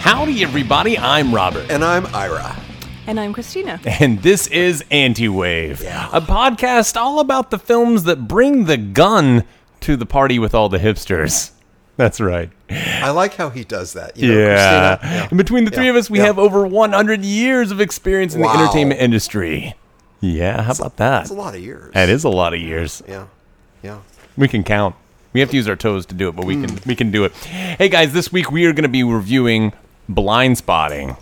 Howdy, everybody. I'm Robert. And I'm Ira. And I'm Christina. And this is Anti-Wave, Yeah. a podcast all about the films that bring the gun to the party with all the hipsters. That's right. I like how he does that. You know, yeah. Christina? And between the three Yeah. of us, we Yeah. have over 100 years of experience in the Wow. entertainment industry. Yeah, how about that? It's a lot of years. That is a lot of years. Yeah. Yeah. We can count. We have to use our toes to do it, but we can we can do it. Hey guys, this week we are going to be reviewing blind spotting.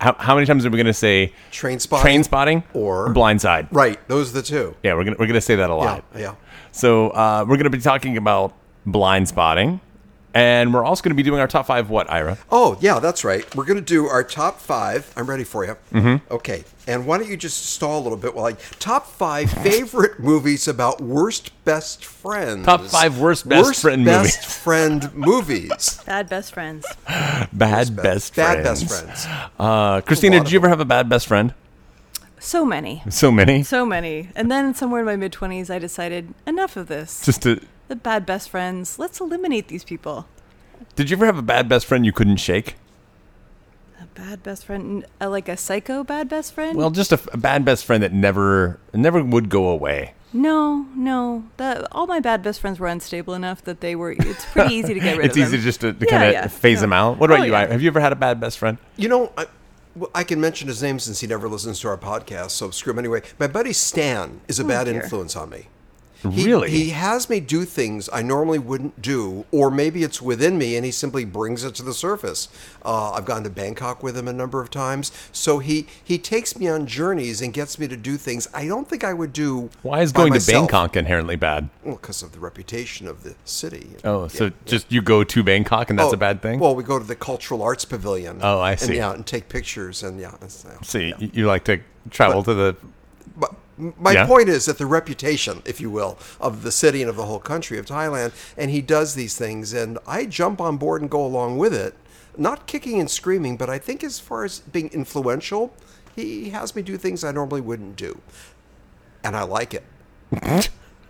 How, how many times are we going to say Train spotting. train spotting or- blindside? Right. Those are the two. Yeah, we're gonna we're gonna say that a Yeah. lot. Yeah. So uh, we're gonna be talking about blind spotting, and we're also gonna be doing our top five. What, Ira? Oh, yeah, that's right. We're going to do our top five. I'm ready for you. Mm-hmm. Okay. And why don't you just stall a little bit while I. Top five favorite movies about worst best friends. Top five worst best friend best movies. friend movies. Bad best friends. Bad best Bad friends. best friends. Uh, Christina, lot of did you ever have a bad best friend? So many. So many. So many. And then somewhere in my mid 20s, I decided enough of this. Just to, The bad best friends. Let's eliminate these people. did you ever have a bad best friend you couldn't shake? A bad best friend, uh, like a psycho bad best friend? Well, just a, f- a bad best friend that never never would go away. no, no. That all my bad best friends were unstable enough that they were. It's pretty easy to get rid It's of easy them. just to, to Yeah, kind of yeah, phase yeah. them out. What about Oh, you? yeah. Ira? Have you ever had a bad best friend? You know, I, well, I can mention his name since he never listens to our podcast, so screw him anyway. My buddy Stan is a bad dear. influence on me. He- Oh, Really? He has me do things I normally wouldn't do, or maybe it's within me and he simply brings it to the surface. Uh, I've gone to Bangkok with him a number of times. So he, he takes me on journeys and gets me to do things I don't think I would do. Why is by going to myself. Bangkok inherently bad? Well, because of the reputation of the city. Oh, so just you go to Bangkok and that's Oh, a bad thing? Well, we go to the Cultural Arts Pavilion. Oh, I see. And, yeah, and take pictures and yeah. it's- uh, yeah. See, you- you like to travel to the. But my Yeah. point is that the reputation, if you will, of the city and of the whole country of Thailand, and he does these things, and I jump on board and go along with it, not kicking and screaming, but I think as far as being influential, he has me do things I normally wouldn't do, and I like it.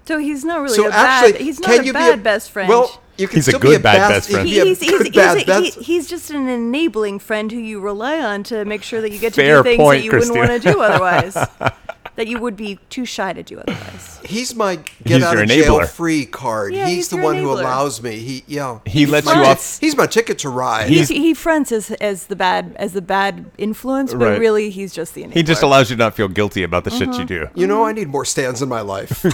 So he's not really so a actually, bad. He's can not a you bad be a, best friend. Well, you can He's a still good be a bad best friend. you can be he's, a he's, good he's, bad a- best- he- he's just an enabling friend who you rely on to make sure that you get to Fair do things point, that you Christina. wouldn't want to do otherwise. that you would be too shy to do otherwise. He's my get He's out your of jail enabler. free card. Yeah, he's, he's the your one who enabler. allows me. He yeah. He He's lets my you ti- off- He's my ticket to ride. He's, he fronts as, as the bad as the bad influence, but Right. really he's just the enabler. He just allows you to not feel guilty about the shit Mm-hmm. you do. you know, I need more stands in my life.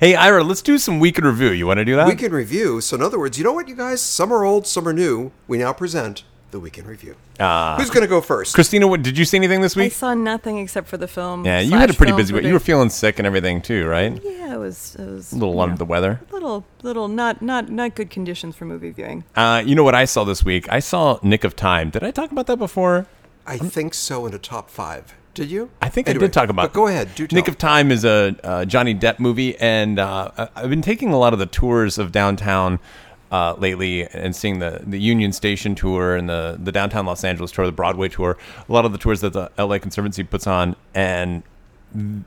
Hey, Ira, let's do some week in review. You want to do that? Weekend Review. So, in other words, you know what, you guys? Some are old, some are new. We now present the Weekend Review. Uh, Who's going to go first? Christina, what, did you see anything this I week? saw nothing except for the film. Yeah, you had a slash pretty film busy week. You were feeling sick and everything too, right? predict- Yeah, it was it was A little under the weather. little little not not not good conditions for movie viewing. Uh, you know what I saw this week? I saw Nick of Time. Did I talk about that before? I think so in a top five. Did you? I think I Anyway, did talk about. But go ahead. Do tell. Nick of Time is a uh, Johnny Depp movie, and uh, I- I've been taking a lot of the tours of downtown uh, lately, and seeing the the Union Station tour and the the downtown Los Angeles tour, the Broadway tour, a lot of the tours that the LA Conservancy puts on, and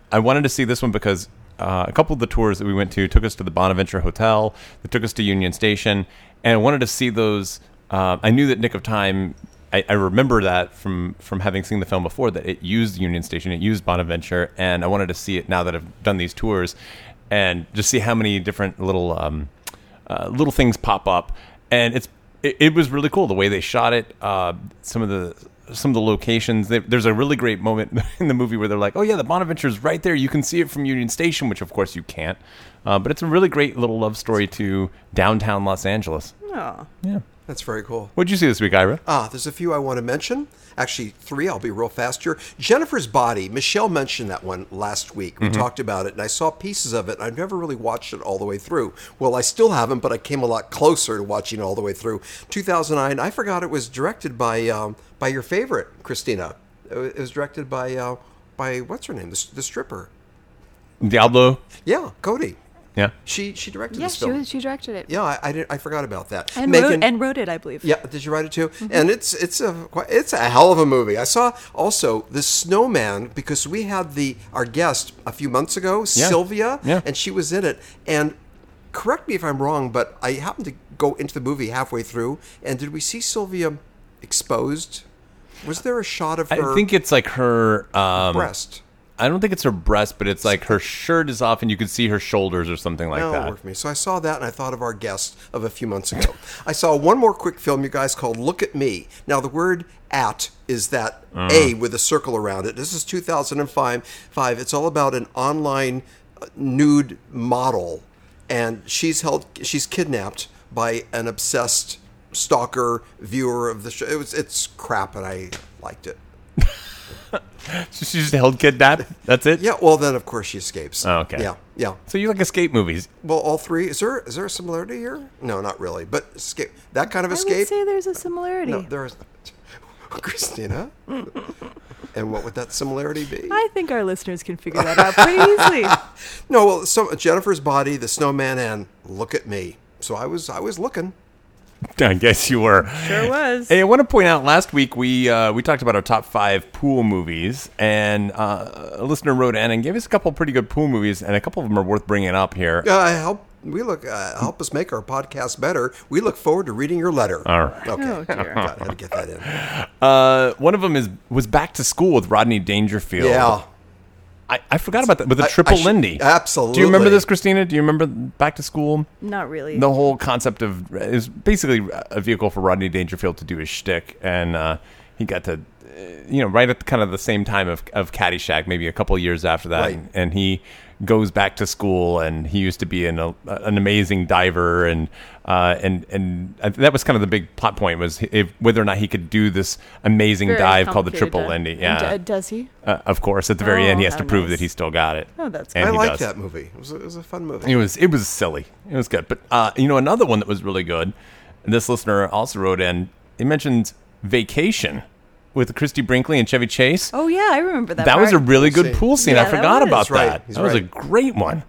I wanted to see this one because uh, a couple of the tours that we went to took us to the Bonaventure Hotel, they took us to Union Station, and I wanted to see those. Uh, I knew that Nick of Time. I, I remember that from from having seen the film before that it used Union Station, it used Bonaventure, and I wanted to see it now that I've done these tours, and just see how many different little um, uh, little things pop up, and it's it, it was really cool the way they shot it. Uh, some of the some of the locations. They, there's a really great moment in the movie where they're like, "Oh yeah, the Bonaventure's right there. You can see it from Union Station," which of course you can't. Uh, but it's a really great little love story to downtown Los Angeles. Oh, Yeah. That's very cool. What'd you see this week, Ira? Ah, there's a few I want to mention. Actually, three. I'll be real fast here. Jennifer's Body. Michelle mentioned that one last week. We talked about it, and I saw pieces of it. and I've never really watched it all the way through. Well, I still haven't, but I came a lot closer to watching it all the way through. 2009. I forgot it was directed by um, by your favorite Christina. It wa- it was directed by uh, by what's her name? The, s- the stripper. Diablo. Yeah, Cody. Yeah. She she directed yes, this she film. was, she directed it Yeah, I I, did, I forgot about that. and wrote Megan- and wrote it, I believe. yeah, did you write it too? Mm-hmm. And it's it's a qui- it's a hell of a movie. I saw also the Snowman because we had the our guest a few months ago, Sylvia, Yeah. and she was in it. And correct me if I'm wrong, but I happened to go into the movie halfway through, and did we see Sylvia exposed? Was there a shot of her I think it's like her. Um, breast? I don't think it's her breast, but it's like her shirt is off, and you can see her shoulders or something like No, it that. worked for me. So I saw that, and I thought of our guest of a few months ago. I saw one more quick film, you guys, called "Look at Me." Now, the word "at" is that Uh-huh. A with a circle around it. This is 2005. Five. It's all about an online uh, nude model, and she's held, she's kidnapped by an obsessed stalker viewer of the show. It was, it's crap, and I liked it. She just held kidnapped. That's it. Yeah. Well, then of course she escapes. Oh, okay. Yeah. Yeah. So you like escape movies? Well, all three. Is there is there a similarity here? No, not really. But escape that kind of I escape. would say there's a similarity. no, there is. Christina, and what would that similarity be? I think our listeners can figure that out pretty easily. No, well, some, Jennifer's body, the snowman, and look at me. So I was I was looking. I guess you were. Sure was. Hey, I want to point out last week we uh, we talked about our top five pool movies, and uh, a listener wrote in and gave us a couple pretty good pool movies, and a couple of them are worth bringing up here. Uh, help we look uh, help us make our podcast better. We look forward to reading your letter. All right. Okay. Oh, dear. God, I had to get that in. Uh, one of them is was Back to School with Rodney Dangerfield. Yeah. I, I forgot about that with a I triple should- Lindy. absolutely. Do you remember this, Christina? Do you remember Back to School? Not really. The whole concept of is basically a vehicle for Rodney Dangerfield to do his shtick, and uh, he got to, uh, you know, right at kind of the same time of, of Caddyshack, maybe a couple years after that, Right. and, and he goes back to school, and he used to be an uh, an amazing diver, and uh, and and that was kind of the big plot point was if, whether or not he could do this amazing Very dive called the complicated Triple dive. Lindy. And, Yeah, uh, does he? uh, of course, at the very Oh, end, he has how to prove nice. that he still got it. Oh, that's And I he like does. that movie. It was, a, it was a fun movie. It was it was silly. It was good. But uh, you know, another one that was really good. And this listener also wrote in. He mentioned Vacation with Christy Brinkley and Chevy Chase. Oh yeah, I remember that. that was a part. really good scene. pool scene. Yeah, I that forgot was. about He's right. that. He's that was a right. great one.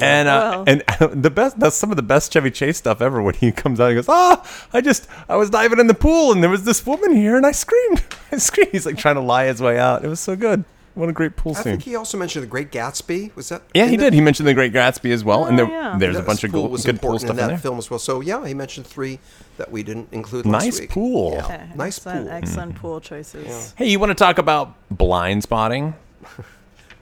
And uh, Well. and the best that's some of the best Chevy Chase stuff ever. When he comes out, he goes, "Ah, I just I was diving in the pool and there was this woman here and I screamed. I screamed. He's like trying to lie his way out. It was so good. What a great pool I scene. think he also mentioned The Great Gatsby. Was that? Yeah, he in it? did. He mentioned the Great Gatsby as well, and there, Oh, yeah. there's a That bunch of pool good, was good pool important stuff in in that there. film as well. So yeah, he mentioned three that we didn't include. Nice last week. pool. Mm-hmm. Yeah, nice excellent, pool. Excellent pool choices. Hey, you want to talk about blind spotting?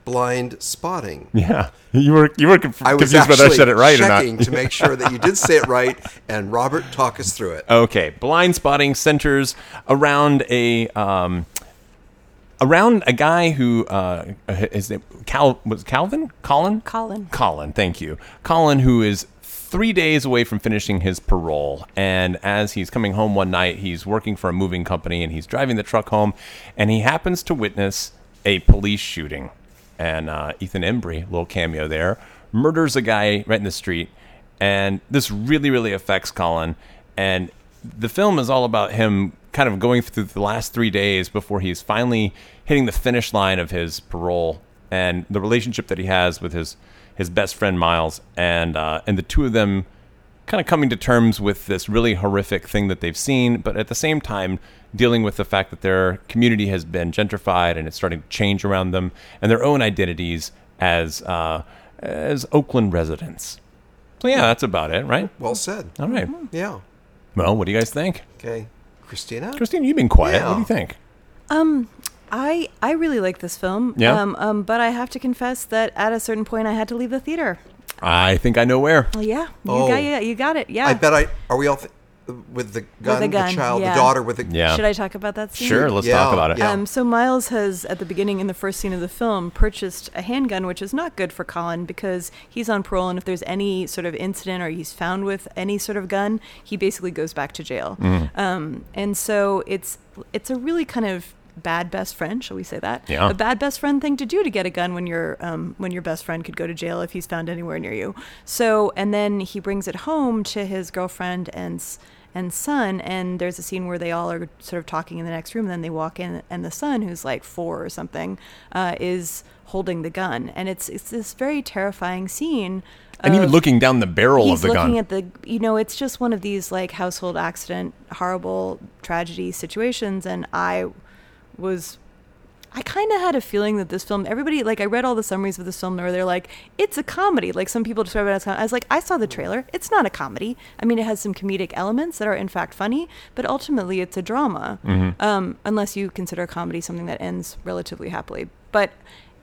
Blind spotting. Yeah, you were you were conf- I was confused whether I actually said it right or checking not. to make sure that you did say it right. And Robert, talk us through it. Okay, blind spotting centers around a um, around a guy who uh, his name Cal was Calvin Colin Colin. Colin. Thank you, Colin, who is three days away from finishing his parole. And as he's coming home one night, he's working for a moving company and he's driving the truck home, and he happens to witness a police shooting. And uh, Ethan Embry, little cameo there, murders a guy right in the street, and this really really affects Colin. And the film is all about him kind of going through the last three days before he's finally hitting the finish line of his parole and the relationship that he has with his his best friend Miles and uh, and the two of them kind of coming to terms with this really horrific thing that they've seen, but at the same time dealing with the fact that their community has been gentrified and it's starting to change around them and their own identities as uh, as Oakland residents. So yeah, that's about it, right? Well said. All right. Yeah. Well, what do you guys think? Okay. Christina. Christine, you've been quiet. What do Yeah. you think? Um, I I really like this film. Yeah? Um, um, but I have to confess that at a certain point I had to leave the theater. I think I know where. Well, yeah, you Oh. got yeah, you got it. Yeah. I bet I are we all th- with the gun, gun, the child, yeah. the daughter with the Yeah. Should I talk about that scene? Sure, let's Yeah, talk about it. yeah. Um, so Miles has, at the beginning in the first scene of the film, purchased a handgun, which is not good for Colin because he's on parole, and if there's any sort of incident or he's found with any sort of gun, he basically goes back to jail. Um, and so it's it's a really kind of bad best friend, shall we say that? Yeah. A bad best friend thing to do to get a gun when your um, when your best friend could go to jail if he's found anywhere near you. So and then he brings it home to his girlfriend and s- and son and there's a scene where they all are sort of talking in the next room and then they walk in and the son who's like four or something uh, is holding the gun and it's it's this very terrifying scene And even looking down the barrel Uh, he's of the looking gun. at the you know it's just one of these like household accident horrible tragedy situations and i was I kind of had a feeling that this film, everybody, like, I read all the summaries of this film where they're like, it's a comedy. Like, some people describe it as comedy. I was like, I saw the trailer. It's not a comedy. I mean, it has some comedic elements that are, in fact, funny, but ultimately it's a drama, Mm-hmm. um, unless you consider comedy something that ends relatively happily. But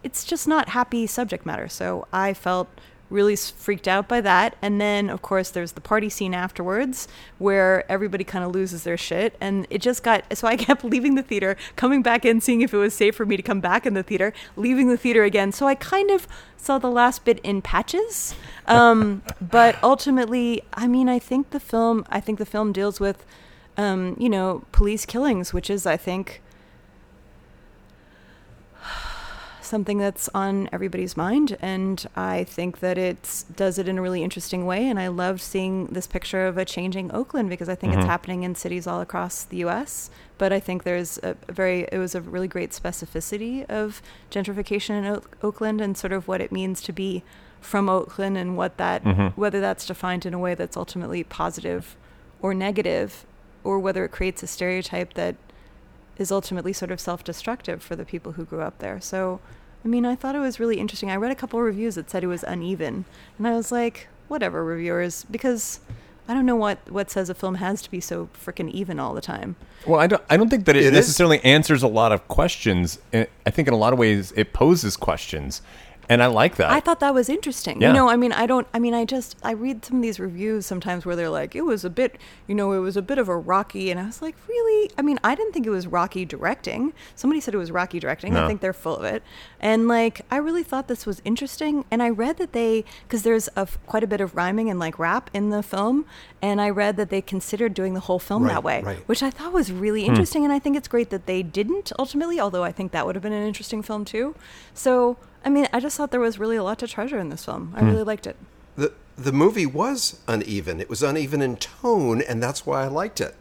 it's just not happy subject matter. So I felt really s- freaked out by that. And then, of course, there's the party scene afterwards where everybody kind of loses their shit. And it just got so I kept leaving the theater, coming back in, seeing if it was safe for me to come back in the theater, leaving the theater again. So I kind of saw the last bit in patches. Um, but ultimately, I mean, I think the film, I think the film deals with, um, you know, police killings, which is, I think, something that's on everybody's mind and i think that it does it in a really interesting way and i loved seeing this picture of a changing oakland because i think it's happening in cities all across the us but i think there's a very it was a really great specificity of gentrification in Oak- oakland and sort of what it means to be from oakland and what that whether that's defined in a way that's ultimately positive or negative or whether it creates a stereotype that is ultimately sort of self-destructive for the people who grew up there. So, I mean, I thought it was really interesting. I read a couple of reviews that said it was uneven, and I was like, whatever, reviewers, because I don't know what what says a film has to be so freaking even all the time. Well, I don't. I don't think that it, It is. necessarily answers a lot of questions. I I think in a lot of ways it poses questions, and I like that. I thought that was interesting. Yeah. You know, I mean, I don't. I mean, I just I read some of these reviews sometimes where they're like, it was a bit, you know, it was a bit of a rocky, and I was like, really? I mean, I didn't think it was rocky directing. Somebody said it was rocky directing. No. I think they're full of it. And like, I really thought this was interesting. And I read that they, because there's a f quite a bit of rhyming and like rap in the film, and I read that they considered doing the whole film Right, that way, right. which I thought was Hmm. really interesting. And I think it's great that they didn't ultimately, although I think that would have been an interesting film too. So, I mean, I just thought there was really a lot to treasure in this film. I Hmm. really liked it. The the movie was uneven. It was uneven in tone, and that's why I liked it.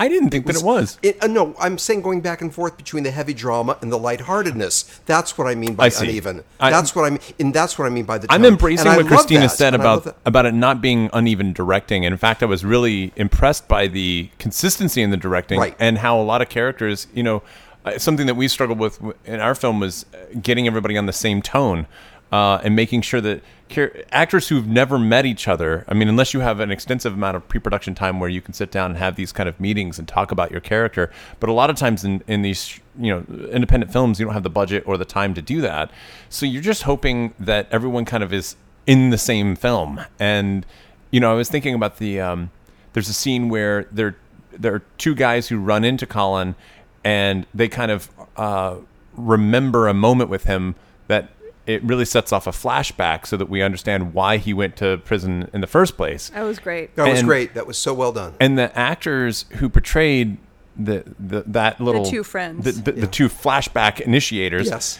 I didn't think that it was. It, uh, no, I'm saying going back and forth between the heavy drama and the lightheartedness. That's what I mean by I see. uneven. I- that's what I mean, and that's what I mean by the. I'm tone. embracing And I what love Christina that, said and I love about that. about it not being uneven directing. And in fact, I was really impressed by the consistency in the directing Right. and how a lot of characters, you know, uh, something that we struggled with w- in our film was uh, getting everybody on the same tone. Uh, and making sure that char- actors who've never met each other, I mean, unless you have an extensive amount of pre production time where you can sit down and have these kind of meetings and talk about your character. But a lot of times in, in these, you know, independent films, you don't have the budget or the time to do that. So you're just hoping that everyone kind of is in the same film. And you know, I was thinking about the um, there's a scene where there there are two guys who run into Colin, and they kind of uh, remember a moment with him that it really sets off a flashback, so that we understand why he went to prison in the first place. That was great. That was and- great. That was so well done. And the actors who portrayed the, the that little two friends. the, the, the two flashback initiators, yes,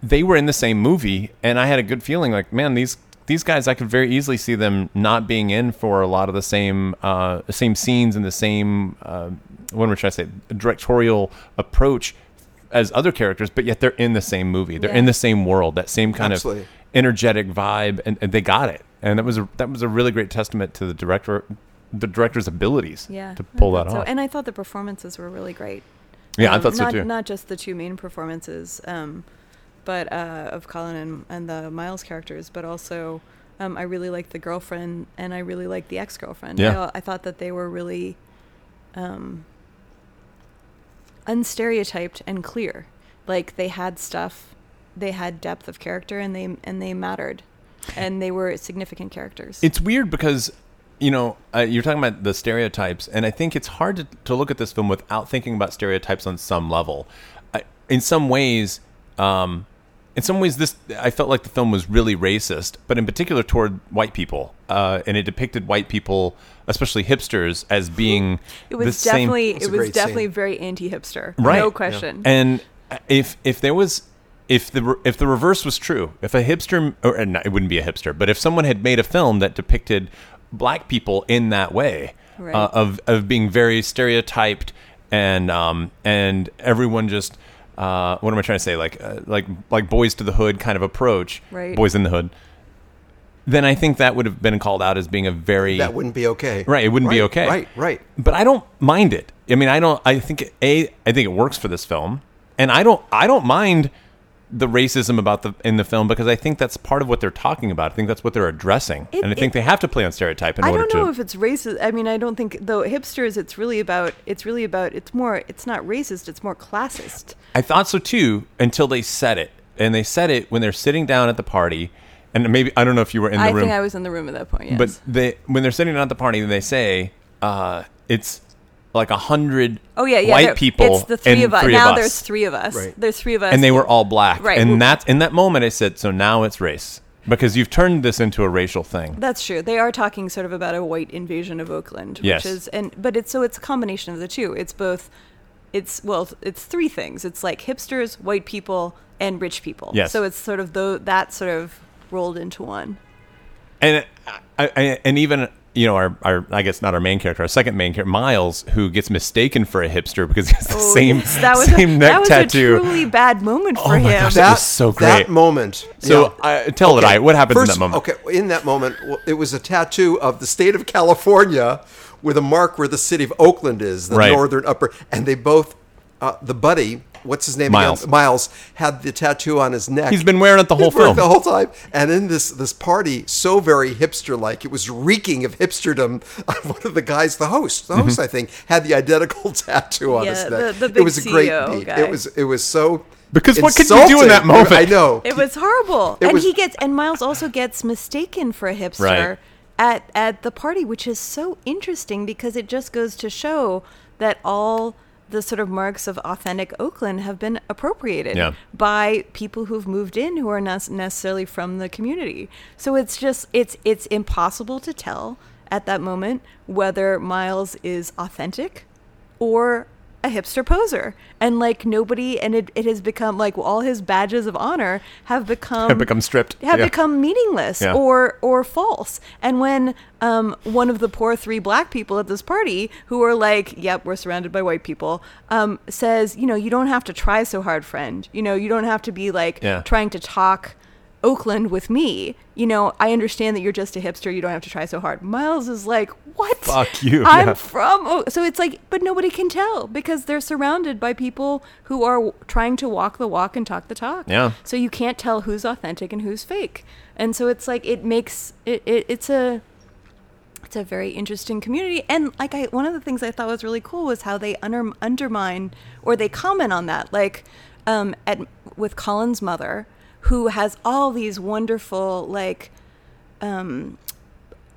they were in the same movie and i had a good feeling like man these these guys i could very easily see them not being in for a lot of the same uh same scenes and the same uh when should i say directorial approach as other characters but yet they're in the same movie they're in Yeah. the same world that same kind Absolutely. of energetic vibe and, and they got it and that was a that was a really great testament to the director the director's abilities Yeah. to pull I that thought off So. And I thought the performances were really great. yeah i Um, thought so not, too Not just the two main performances, um, but uh, of Colin and, and the Miles characters, but also um, I really liked the girlfriend and I really liked the ex girlfriend. Yeah. I, I thought that they were really um, unstereotyped and clear. Like they had stuff, they had depth of character, and they and they mattered, and they were significant characters. It's weird because you know uh, you're talking about the stereotypes, and I think it's hard to, to look at this film without thinking about stereotypes on some level. I, in some ways, um, in some ways, this I felt like the film was really racist, but in particular toward white people, uh, and it depicted white people, especially hipsters, as being the it was same- definitely It's a it was great scene. definitely very anti hipster, Right. Yeah. No question. And if if there was if the re- if the reverse was true, if a hipster or uh, no, it wouldn't be a hipster, but if someone had made a film that depicted black people in that way Right. uh, of of being very stereotyped and um and everyone just uh, what am I trying to say? Like, uh, like, like boys to the hood kind of approach. Right. Boys in the hood. Then I think that would have been called out as being a very that wouldn't be okay. Right, it wouldn't be okay. Right, right. But I don't mind it. I mean, I don't. I think a. I think it works for this film. and I don't I don't mind the racism about the in the film because I think that's part of what they're talking about. I think that's what they're addressing, It- and I think it- they have to play on stereotype in I order don't know to. if it's racist. I mean, I don't think though hipsters. It's really about. It's really about. It's more. It's not racist. It's more classist. I thought so too until they said it, and they said it when they're sitting down at the party, and maybe I don't know if you were in the I room. think I was in the room at that point. Yes. But they when they're sitting down at the party, they say uh, it's like a hundred oh yeah, yeah. there- white people It's the three and of us. three now us. there's three of us. Right. There's three of us. and they were all black. Right. And that in that moment, I said, so now it's race because you've turned this into a racial thing. That's true. They are talking sort of about a white invasion of Oakland, Yes. which is and but it's so it's a combination of the two. It's both it's well it's three things. It's like hipsters, white people, and rich people. Yes. So it's sort of tho- that sort of rolled into one. and I, I, and even you know our, our I guess not our main character, our second main character, Miles, who gets mistaken for a hipster because he has the Oh, same yes, that was same a, neck that was tattoo. a truly bad moment for Oh my him. gosh, that was so great. That moment. so yeah. I, tell it, I what happened First- in that moment? Okay, in that moment, well, it was a tattoo of the state of California with a mark where the city of Oakland is, the Right. northern upper, and they both, uh, the buddy, what's his name? Miles. Again? Miles had the tattoo on his neck. He's been wearing it the whole He's wearing it film. the whole time. And in this this party, so very hipster like, it was reeking of hipsterdom. One of the guys, the host, the Mm-hmm. host, I think, had the identical tattoo on Yeah, his neck. the- the it was a big great CEO beat. guy. It was it was so Because what could you do in insulting. that moment? I know It was horrible. It and was- he gets and Miles also gets mistaken for a hipster Right. at at the party, which is so interesting because it just goes to show that all the sort of marks of authentic Oakland have been appropriated Yeah. by people who've moved in who are not necessarily from the community. So it's just it's it's impossible to tell at that moment whether Miles is authentic or a hipster poser. And like nobody, and it, it has become like all his badges of honor have become Have become stripped. have Yeah. become meaningless Yeah. or or false. And when um, one of the poor three black people at this party who are like, "Yep, we're surrounded by white people," um, says, "You know, you don't have to try so hard, friend. You know, you don't have to be like Yeah. trying to talk." Oakland with me, you know. I understand that you're just a hipster. You don't have to try so hard. Miles is like, "What? Fuck you, I'm yeah. from." Oh, so it's like, but nobody can tell because they're surrounded by people who are w- trying to walk the walk and talk the talk. Yeah. So you can't tell who's authentic and who's fake. And so it's like it makes it, it it's a it's a very interesting community and like I one of the things I thought was really cool was how they under, undermine or they comment on that like um at with Colin's mother who has all these wonderful like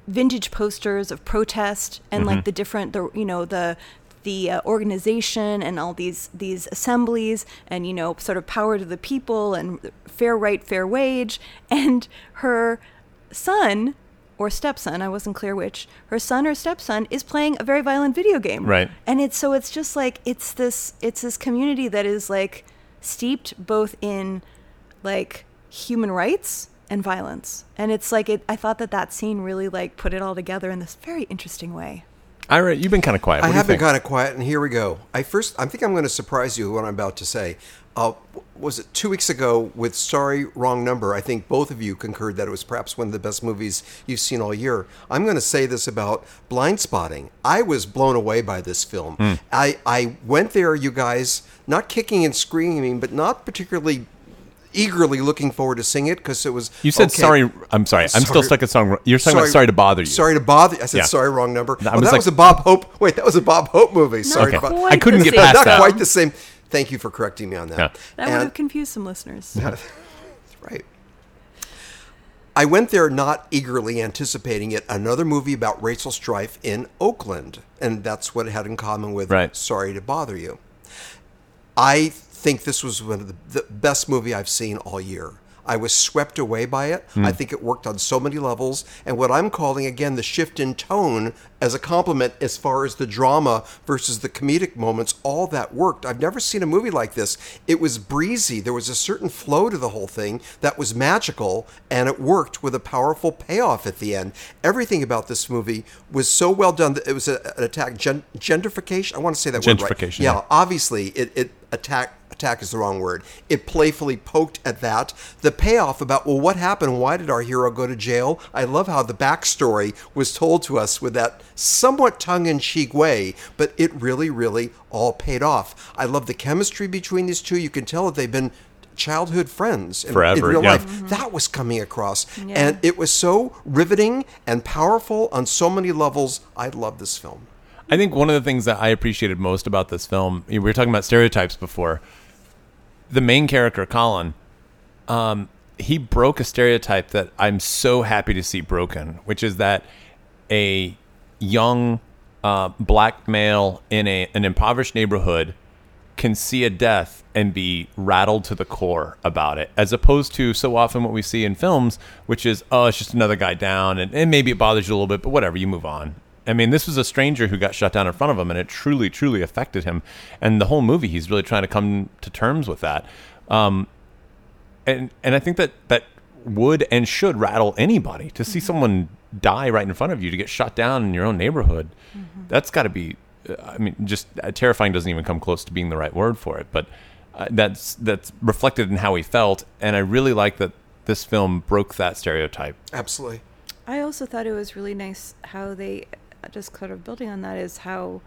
vintage posters of protest and like the different the you know the the uh, organization and all these these assemblies and you know sort of power to the people and fair right fair wage and her son or stepson i wasn't clear which her son or stepson is playing a very violent video game Right. and it's so it's just like it's this it's this community that is like steeped both in like human rights and violence and it's like it, i thought that that scene really like put it all together in this very interesting way Ira, you've been kind of quiet. What I do have you been think? kind of quiet, and here we go. I first, I think I'm going to surprise you with what I'm about to say. Uh, w- was it two weeks ago with Sorry Wrong Number? I think both of you concurred that it was perhaps one of the best movies you've seen all year. I'm going to say this about Blind Spotting. I was blown away by this film. Hmm. I, I went there, you guys, not kicking and screaming, but not particularly eagerly looking forward to seeing it because it was. you said okay, sorry. I'm sorry. I'm still Sorry. stuck at song. You're talking about sorry to bother you. Sorry to bother. I said Yeah. sorry, wrong number. I Oh, was that like- was a Bob Hope. Wait, that was a Bob Hope movie. Sorry, Okay. to bother- Quite I couldn't the get same. past not that. quite the same. Thank you for correcting me on that. Yeah. that would have confused some listeners Right. I went there not eagerly anticipating it. Another movie about racial strife in Oakland, and that's what it had in common with Right. "Sorry to Bother You." I think this was one of the, the best movie I've seen all year. I was swept away by it. I think it worked on so many levels. And what I'm calling again the shift in tone as a compliment as far as the drama versus the comedic moments, all that worked. I've never seen a movie like this. It was breezy. There was a certain flow to the whole thing that was magical and it worked with a powerful payoff at the end. Everything about this movie was so well done that it was a, an attack gen- gentrification. I want to say that word right. Gentrification, Yeah, yeah. obviously it, it attack, attack is the wrong word. It playfully poked at that. The payoff about, well, what happened? Why did our hero go to jail? I love how the backstory was told to us with that somewhat tongue in cheek way, but it really, really all paid off. I love the chemistry between these two. You can tell that they've been childhood friends in, in Forever, real yeah. life. That was coming across. And it was so riveting and powerful on so many levels. I love this film. I think one of the things that I appreciated most about this film, we were talking about stereotypes before. The main character, Colin, um, he broke a stereotype that I'm so happy to see broken, which is that a young uh, black male in a, an impoverished neighborhood can see a death and be rattled to the core about it, as opposed to so often what we see in films, which is, oh, it's just another guy down, and, and maybe it bothers you a little bit, but whatever, you move on. I mean, this was a stranger who got shut down in front of him, and it truly, truly affected him. And the whole movie, he's really trying to come to terms with that. Um, and and I think that that would and should rattle anybody to Mm-hmm. see someone die right in front of you to get shot down in your own neighborhood. Mm-hmm. That's got to be uh, I mean just uh, terrifying doesn't even come close to being the right word for it, but uh, that's that's reflected in how he felt and I really like that this film broke that stereotype. Absolutely. I also thought it was really nice how they uh, just sort of building on that is how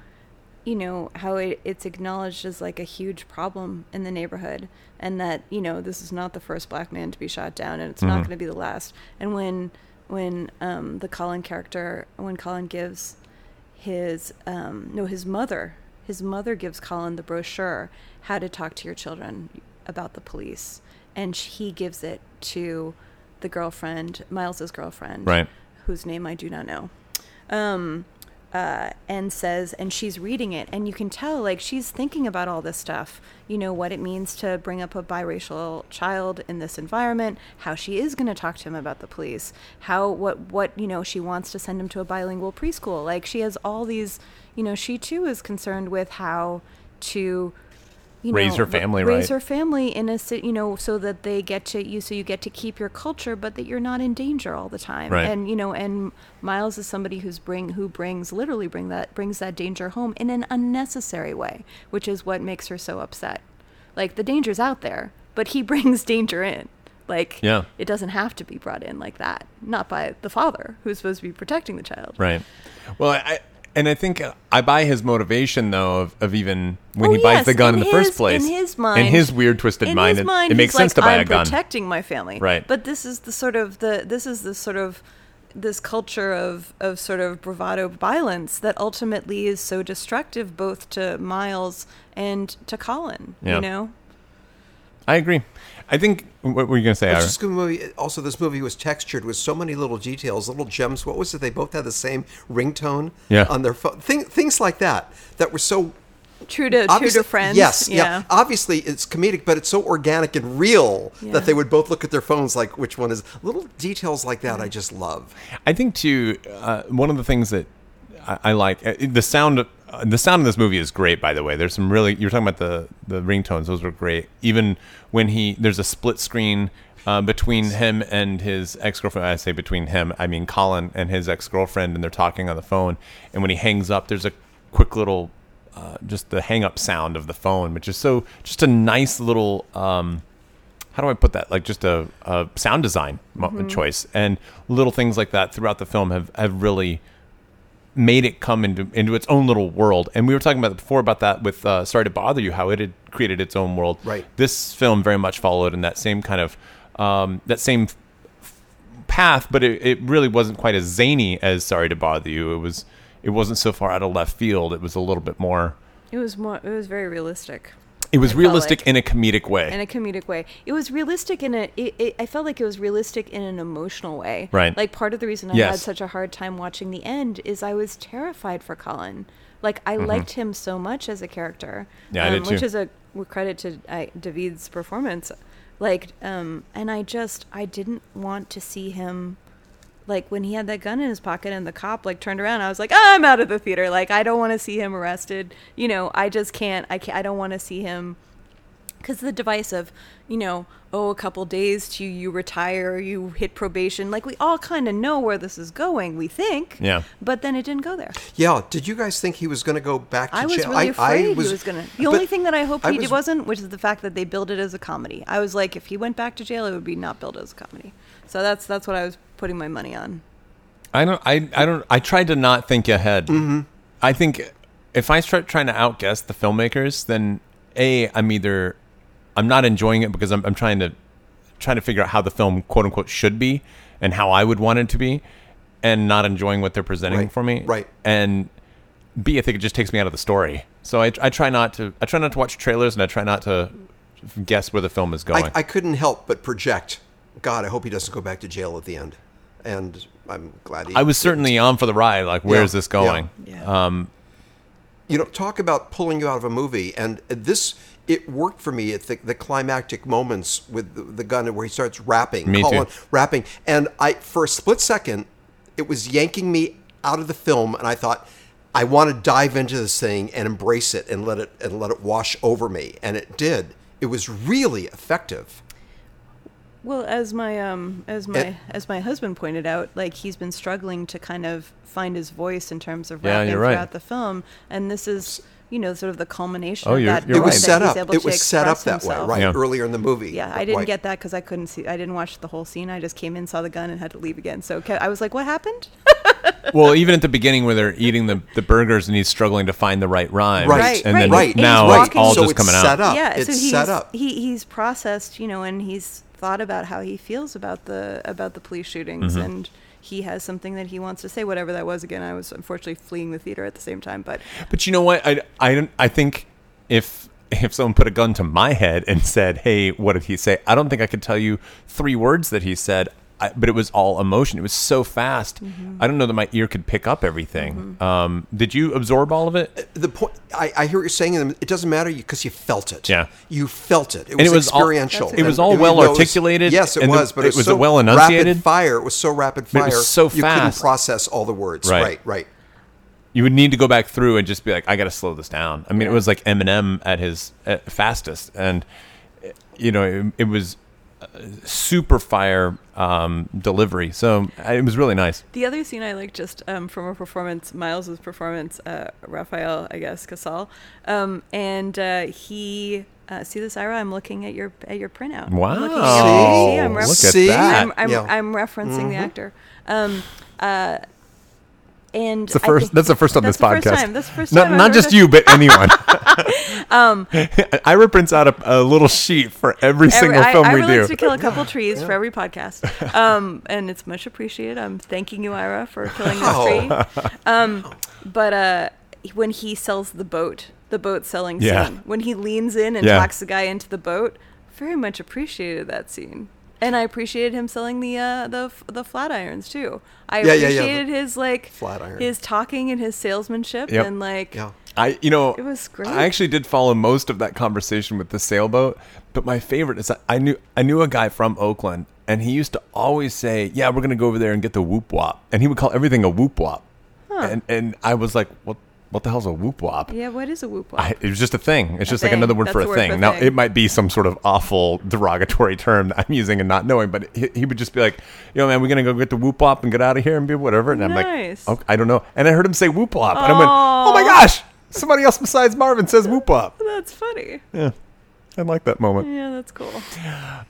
you know how it, it's acknowledged as like a huge problem in the neighborhood and that you know this is not the first black man to be shot down and it's not going to be the last and when when um, the colin character when colin gives his um, no his mother his mother gives colin the brochure how to talk to your children about the police and sh- he gives it to the girlfriend miles's girlfriend Right. whose name i do not know and says and she's reading it and you can tell like she's thinking about all this stuff you know what it means to bring up a biracial child in this environment how she is going to talk to him about the police how what what you know she wants to send him to a bilingual preschool like she has all these you know she too is concerned with how to you Raise know, her r- family, raise right? her family in a si- you know so that they get to you so you get to keep your culture but that you're not in danger all the time Right. and you know and miles is somebody who's bring who brings literally bring that brings that danger home in an unnecessary way which is what makes her so upset like the danger's out there but he brings danger in like Yeah. it doesn't have to be brought in like that not by the father who's supposed to be protecting the child Right. Well, I and I think uh, I buy his motivation though of, of even when Oh, he buys yes, the gun in, in the first his- place. in his mind- in his weird twisted in mind, his it- mind, it, makes he's like, sense to buy I'm a gun. protecting my family, Right. But this is the sort of the this is the sort of this culture of of sort of bravado violence that ultimately is so destructive both to Miles and to Colin. Yeah. You know, I agree. I think what were you going to say? It's Ira? just a good movie. Also, this movie was textured with so many little details, little gems. What was it? They both had the same ringtone Yeah. on their phone. Thing, things like that that were so true to true obviously to friends. Yes, yeah. yeah. Obviously, it's comedic, but it's so organic and real Yeah. that they would both look at their phones like, which one is? Little details like that, I just love. I think too. Uh, one of the things that I, I like uh, the sound. Of, uh, the sound of this movie is great, by the way. There's some really. You were talking about the the ringtones; those were great. Even when he there's a split screen uh, between him and his ex girlfriend. I say between him, I mean Colin and his ex girlfriend, and they're talking on the phone. And when he hangs up, there's a quick little. Uh, just the hang up sound of the phone, which is so just a nice little um, how do I put that? Like just a, a sound design mo- choice and little things like that throughout the film have, have really made it come into into its own little world. And we were talking about before about that with uh, Sorry to Bother You, how it had created its own world. Right. This film very much followed in that same kind of um, that same f- path, but it, it really wasn't quite as zany as Sorry to Bother You. It was it wasn't so far out of left field. It was a little bit more. It was more. It was very realistic. It was I felt realistic like- in a comedic way. in a comedic way. It was realistic in a. It, it, I felt like it was realistic in an emotional way. Right. Like part of the reason I Yes. had such a hard time watching the end is I was terrified for Colin. Like I liked him so much as a character. Mm-hmm. um, Yeah, I did Which too. is a credit to I, David's performance. Like, um, and I just I didn't want to see him. Like when he had that gun in his pocket and the cop like turned around, I was like, "Ah, I'm out of the theater. Like I don't want to see him arrested. You know, I just can't. I can't. I don't want to see him because the device of you know oh a couple days to you retire you hit probation like we all kind of know where this is going we think Yeah. but then it didn't go there Yeah. Did you guys think he was going to go back to i was jail? really afraid he was gonna the but only thing that i hope I he was- wasn't which is the fact that they billed it as a comedy i was like if he went back to jail it would be not billed as a comedy so that's that's what i was putting my money on I don't. I. I don't. I tried to not think ahead. Mm-hmm. I think if I start trying to outguess the filmmakers, then a I'm either I'm not enjoying it because I'm, I'm trying to trying to figure out how the film quote unquote should be and how I would want it to be, and not enjoying what they're presenting Right. for me. Right. And b I think it just takes me out of the story. So I, I try not to. I try not to watch trailers and I try not to guess where the film is going. I, I couldn't help but project. God, I hope he doesn't go back to jail at the end. And I'm glad he. I was certainly on for the ride. Like, where Yeah, is this yeah. going? yeah you know talk about pulling you out of a movie and this it worked for me at the, the climactic moments with the, the gun where he starts rapping Me Colin too. rapping and i for a split second it was yanking me out of the film and i thought i want to dive into this thing and embrace it and let it and let it wash over me and it did it was really effective Well, as my um, as my It- as my husband pointed out, like he's been struggling to kind of find his voice in terms of Yeah, rapping you're right. throughout the film, and this is you know sort of the culmination. Oh, of you're- that you're it that right. was set he's up able it to was set up that express way himself. right Yeah. earlier in the movie Yeah, I didn't Right. get that because I couldn't see. I didn't watch the whole scene. I just came in, saw the gun, and had to leave again. So Ke- I was like, "What happened?" Well, even at the beginning where they're eating the, the burgers and he's struggling to find the right rhyme, Right, and right, then right. now He's it's all walking- so just it's coming out. set up. Yeah, it's so he's, set up. He he's processed, you know, and he's thought about how he feels about the about the police shootings, Mm-hmm. and he has something that he wants to say, whatever that was. Again, I was unfortunately fleeing the theater at the same time, but But you know what? I, I don't. I think if if someone put a gun to my head and said, "Hey, what did he say?" I don't think I could tell you three words that he said. I, but it was all emotion. It was so fast. I don't know that my ear could pick up everything. Um, did you absorb all of it? the point I, I hear what you're saying and it doesn't matter because you felt it Yeah. you felt it it was, And it was all- experiential That's a It was And- all and well it was- articulated, yes it and the- was but it it was, was so well enunciated. rapid fire it was so rapid But fire it was so you couldn't fast. process all the words Right. right right, You would need to go back through and just be like, "I got to slow this down." I mean, it was like Eminem at his at fastest, and you know, it, it was uh, super fire um, delivery. So uh, it was really nice. The other scene I like just um, from a performance, Miles's performance, uh, Raphael, I guess, Casal, um, and uh, he. Uh, see this, Ira? I'm looking at your at your printout. I'm Wow. looking at your- see, I'm Look at See? that. Mm-hmm. I'm, I'm, Yeah. I'm referencing the actor. Um, uh, and It's the first. that's the first on that's this podcast. the First time. That's the first Not, time I've not ever just done- you, but anyone. um, Ira prints out a, a little sheet for every, Every, single I, film I we really like do. to kill a couple trees for every podcast, um, and it's much appreciated. I'm thanking you, Ira, for killing Oh. this tree. Um, but uh, when he sells the boat, the boat selling Yeah. scene, when he leans in and Yeah. talks the guy into the boat, very much appreciated that scene. And I appreciated him selling the uh, the f- the flat irons too. I Yeah, yeah, yeah, the appreciated his like flat iron. his talking and his salesmanship Yep. and like yeah I, you know, It was great. I actually did follow most of that conversation with the sailboat, but my favorite is that I knew I knew a guy from Oakland, and he used to always say, "Yeah, we're gonna go over there and get the whoop wop," and he would call everything a whoop wop, and and I was like, "What? What the hell's a whoop wop?" yeah. What is a whoop wop? I, it was just a thing. It's just like thing. another word That's for a the word thing. for a now thing. it might be some sort of awful derogatory term that I'm using and not knowing, but he, he would just be like, "Yo, man, we're gonna go get the whoop wop and get out of here and be whatever." And Nice. I'm like, okay, "I don't know." And I heard him say whoop wop, and I went, "Oh my gosh!" Somebody else besides Marvin says whoop wop. That's funny. I like that moment. Yeah, that's cool.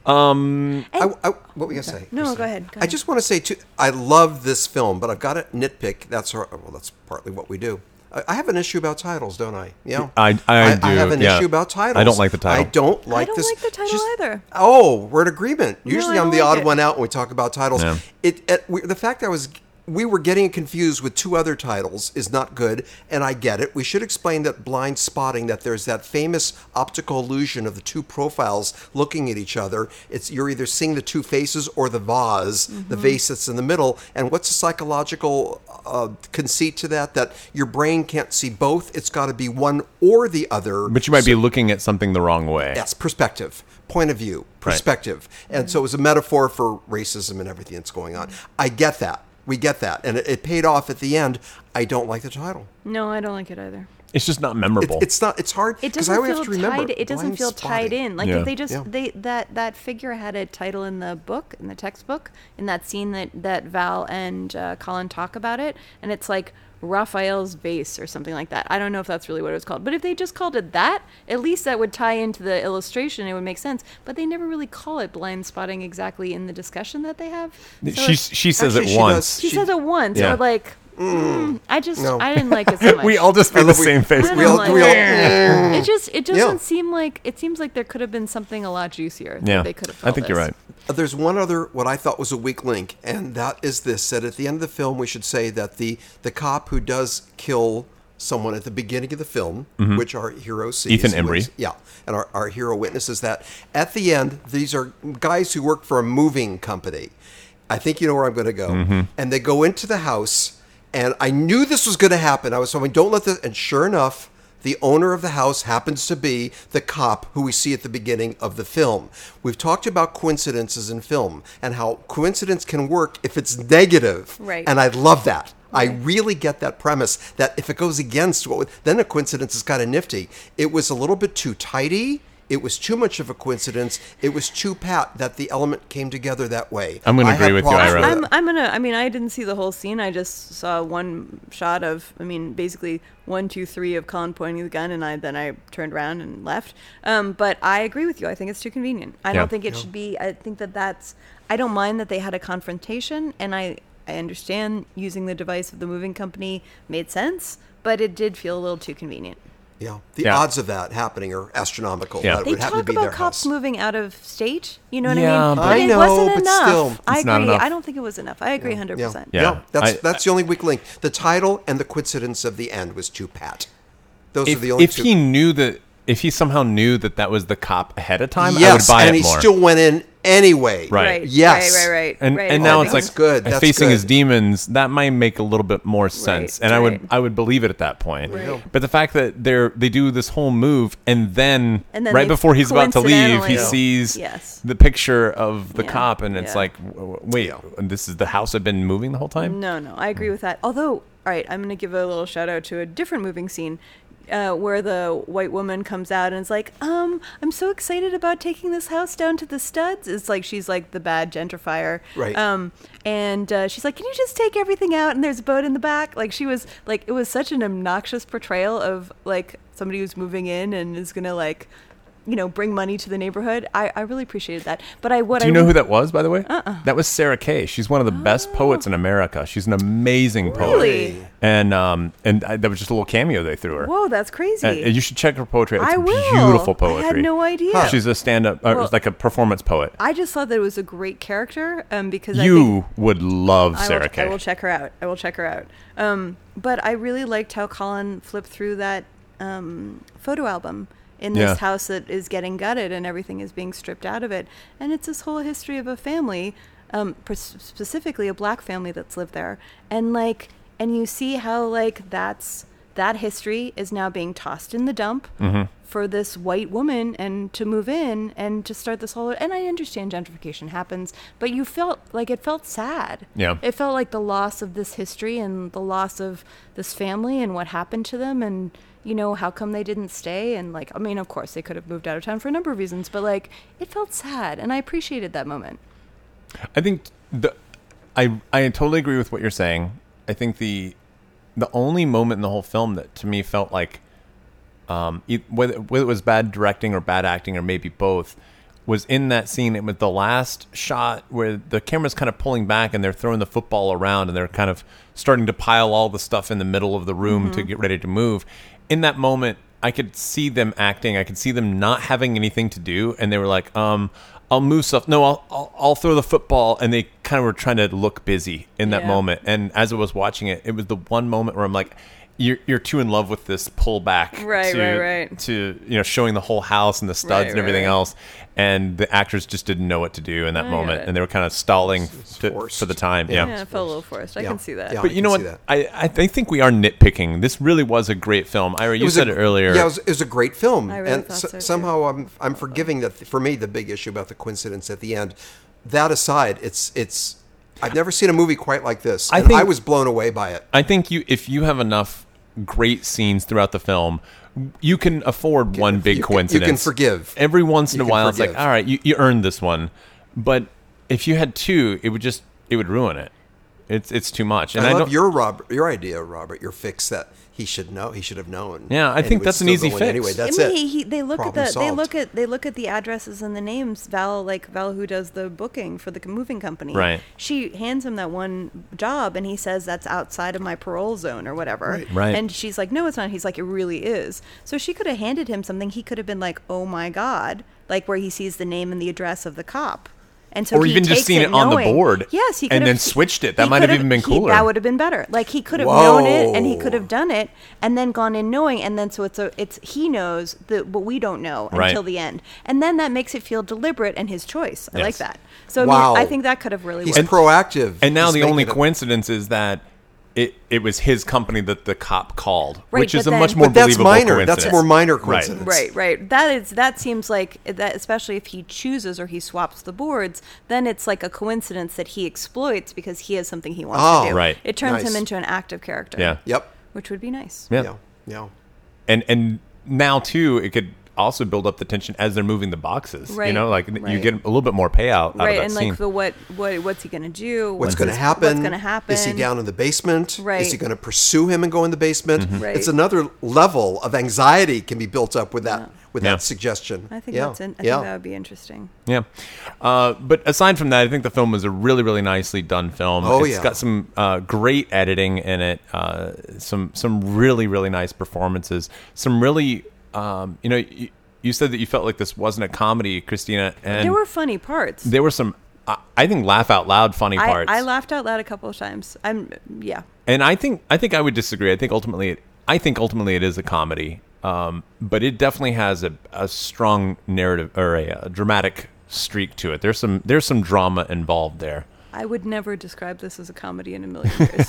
I, I, what were you gonna say No, Christine? go ahead. Go I ahead. just want to say too I love this film but I've got to nitpick that's our, well that's partly what we do I I have an issue about titles, don't I? Yeah, I- I do, have an yeah. issue about I titles. don't like the title. I don't like don't this. like the title either. Oh, we're in agreement. Usually, I I'm don't the like odd it. one out when we talk about titles. Yeah. It, it we, the fact that I was we were getting confused with two other titles is not good, and I get it. We should explain that blind spotting that there's that famous optical illusion of the two profiles looking at each other. It's you're either seeing the two faces or the vase, the vase that's in the middle. And what's the psychological uh, conceit to that? That your brain can't see both. It's got to be one or the other. But you might be looking at something the wrong way. Yes, perspective, point of view, perspective. And so it was a metaphor for racism and everything that's going on. I get that. We get that. And it, it paid off at the end. I don't like the title. No, I don't like it either. It's just not memorable. It's not. It's hard. It 'cause doesn't I always feel have to remember. tied. It doesn't blind feel tied spotting. in. Like Yeah. if they just Yeah. they that that figure had a title in the book in the textbook in that scene that that Val and uh, Colin talk about it, and it's like Raphael's vase or something like that. I don't know if that's really what it was called, but if they just called it that, at least that would tie into the illustration. It would make sense. But they never really call it blind spotting exactly in the discussion that they have. So she it's- she says it Actually, she once. she, she- says it once, Yeah. or like. "Mm, I just No. I didn't like it so much. We all just made the love we- same face. I We all. don't We all. like it just it doesn't Yeah. seem like it seems like there could have been something a lot juicier that yeah, they could have I called think you're this. right. Uh, There's one other what I thought was a weak link, and that is this: that at the end of the film, we should say that the the cop who does kill someone at the beginning of the film, which our hero sees, Mm-hmm. Ethan and Embry. witness- yeah, and our, our hero witnesses that. At the end, these are guys who work for a moving company. I think you know where I'm going to go, and they go into the house, and I knew this was going to happen. I was hoping, don't let this, and sure enough. The owner of the house happens to be the cop who we see at the beginning of the film. We've talked about coincidences in film and how coincidence can work if it's negative. Right. And I love that. I really get that premise that if it goes against what, then a coincidence is kind of nifty. It was a little bit too tidy. It was too much of a coincidence. It was too pat that the element came together that way. I'm gonna I agree had with you, problems Ira. that. I'm, I'm gonna. I mean, I didn't see the whole scene. I just saw one shot of. I mean, basically one, two, three of Colin pointing the gun, and I then I turned around and left. Um, but I agree with you. I think it's too convenient. I Yeah. don't think it should be. I think that that's. I don't mind that they had a confrontation, and I I understand using the device of the moving company made sense, but it did feel a little too convenient. yeah, the Yeah. odds of that happening are astronomical. Yeah. That it They would happen talk to be about their cops house. moving out of state. You know what I Yeah, mean? but- I it know, wasn't but enough. still. I It's agree. not enough. I don't think it was enough. I agree, hundred Yeah, percent. Yeah. No, that's I- that's the only weak link. The title and the coincidence of the end was too pat. Those are If, the only if two. he knew that, if he somehow knew that that was the cop ahead of time, yes, I would buy and it he more. still went in anyway. Right. Yes. Right. Right. Right. and right. and now Oh, it's that's like good, that's facing his good. demons. That might make a little bit more sense, Right, and I would right. I would believe it at that point. Right. But the fact that they're they do this whole move, and then, And then right they before he's about to leave, he coincidentally- sees Yes. the picture of the Yeah, cop, and it's yeah. like, w- w- wait, this is the house I've been moving the whole time. No, no, I agree with that. Although, all right, I'm going to give a little shout out to a different moving scene. Uh, where the white woman comes out and is like, um, I'm so excited about taking this house down to the studs. It's like she's like the bad gentrifier. Right. Um, and uh, she's like, Can you just take everything out? And there's a boat in the back. Like, she was like, it was such an obnoxious portrayal of like somebody who's moving in and is going to like, you know, bring money to the neighborhood. I, I really appreciated that. But I, what Do I you know would- who that was, by the way? Uh-uh. That was Sarah Kay. She's one of the best poets in America. She's an amazing poet. Oh. Really? And um, and I, that was just a little cameo they threw her. Whoa, that's crazy. Uh, you should check her poetry. out. It's I will. beautiful I poetry. had no idea. Huh. She's a stand-up, or Well- like a performance poet. I just thought that it was a great character um, because I think you would love I will- Sarah I Kay. will, check her out. I will check her out. Um, but I really liked how Colin flipped through that um, photo album in this Yeah. house that is getting gutted and everything is being stripped out of it. And it's this whole history of a family, um, pers- specifically a black family that's lived there. And like, and you see how like that's that history is now being tossed in the dump Mm-hmm. for this white woman and to move in and to start this whole and i understand gentrification happens but you felt like it felt sad Yeah. it felt like the loss of this history and the loss of this family and what happened to them and you know how come they didn't stay and like i mean of course they could have moved out of town for a number of reasons but like it felt sad and i appreciated that moment I think the I I totally agree with what you're saying. I think the the only moment in the whole film that to me felt like um e- whether whether it was bad directing or bad acting or maybe both was in that scene it was the last shot where the camera's kind of pulling back and they're throwing the football around and they're kind of starting to pile all the stuff in the middle of the room to get ready to move in that moment i could see them acting i could see them not having anything to do and they were like um i'll move stuff no i'll i'll, I'll throw the football and they kind of were trying to look busy in that Yeah. moment and as i was watching it it was the one moment where i'm like you're, you're too in love with this pullback Right, to, right, right. to you know showing the whole house and the studs Right, and everything right, right. else and the actors just didn't know what to do in that I moment get it. and they were kind of stalling to- forced. for the time yeah, Yeah. yeah it felt a little forced i Yeah. can see that Yeah. but I you can know see what that. I, I th- I think we are nitpicking this really was a great film Ira you was said a- it earlier Yeah, it was, it was a great film, I really and thought so- so, too. somehow I'm I'm forgiving that. For me, the big issue about the coincidence at the end. That aside, it's it's. I've never seen a movie quite like this. I and I think- was blown away by it. I think you if you have enough great scenes throughout the film, you can afford one big you can- you can coincidence. forgive. Every once in You a can while, it's forgive. like, all right, you, you earned this one. But if you had two, it would just it would ruin it. It's it's too much. And I, I, love don't. your Robert, your idea, Robert. Your fix that he should know, he should have known. Yeah, I And he think would that's an still easy go in fix. Anyway, that's I mean, it. He, he, they look Problem at the they solved. look at they look at the addresses and the names. Val like Val who does the booking for the c- moving company. Right. She hands him that one job and he says that's outside of my parole zone or whatever. Right. Right. And she's like, no, it's not. He's like, it really is. So she could have handed him something. He could have been like, oh my god, like where he sees the name and the address of the cop. And so Or he even just takes seen it on the knowing- board Yes, he and could have- then switched it. That he might have could even been he- cooler. that would have been better. Like he could have known it and he Whoa. could have done it and then gone in knowing and then so it's a it's he knows the what we don't know Right. until the end and then that makes it feel deliberate and his choice i like Yes. that so Wow. I, mean, I think that could have really He's worked proactive. And now He's the only making a- coincidence is that it it was his company that the cop called, Right, which is but a much then- more But that's believable minor. coincidence. That's a more minor Right. coincidence. right right that is that seems like that especially if he chooses or he swaps the boards then it's like a coincidence that he exploits because he has something he wants Oh, to do Right. it turns nice. him into an active character Yeah. Yep. which would be nice Yeah. Yeah. Yeah. and and now too it could also build up the tension as they're moving the boxes you Right, know like you right. get a little bit more payout out right of that and scene like the what what what's he gonna do What's going to What's happen? gonna happen? Is he down in the basement? Right. Is he going to pursue him and go in the basement? Mm-hmm. Right. It's another level of anxiety can be built up with that with Yeah. that suggestion. i think yeah. that's in, i yeah. think that would be interesting yeah uh, but aside from that i think the film was a really really nicely done film Oh, It's yeah. got some uh, great editing in it uh, some some really really nice performances some really um, you know you, you said that you felt like this wasn't a comedy christina and there were funny parts there were some I I think laugh out loud funny I, parts. I laughed out loud a couple of times. I'm yeah. and I think I think I would disagree. I think ultimately, it, I think ultimately it is a comedy, um, but it definitely has a, a strong narrative or a, a dramatic streak to it. There's some there's some drama involved there. I would never describe this as a comedy in a million years.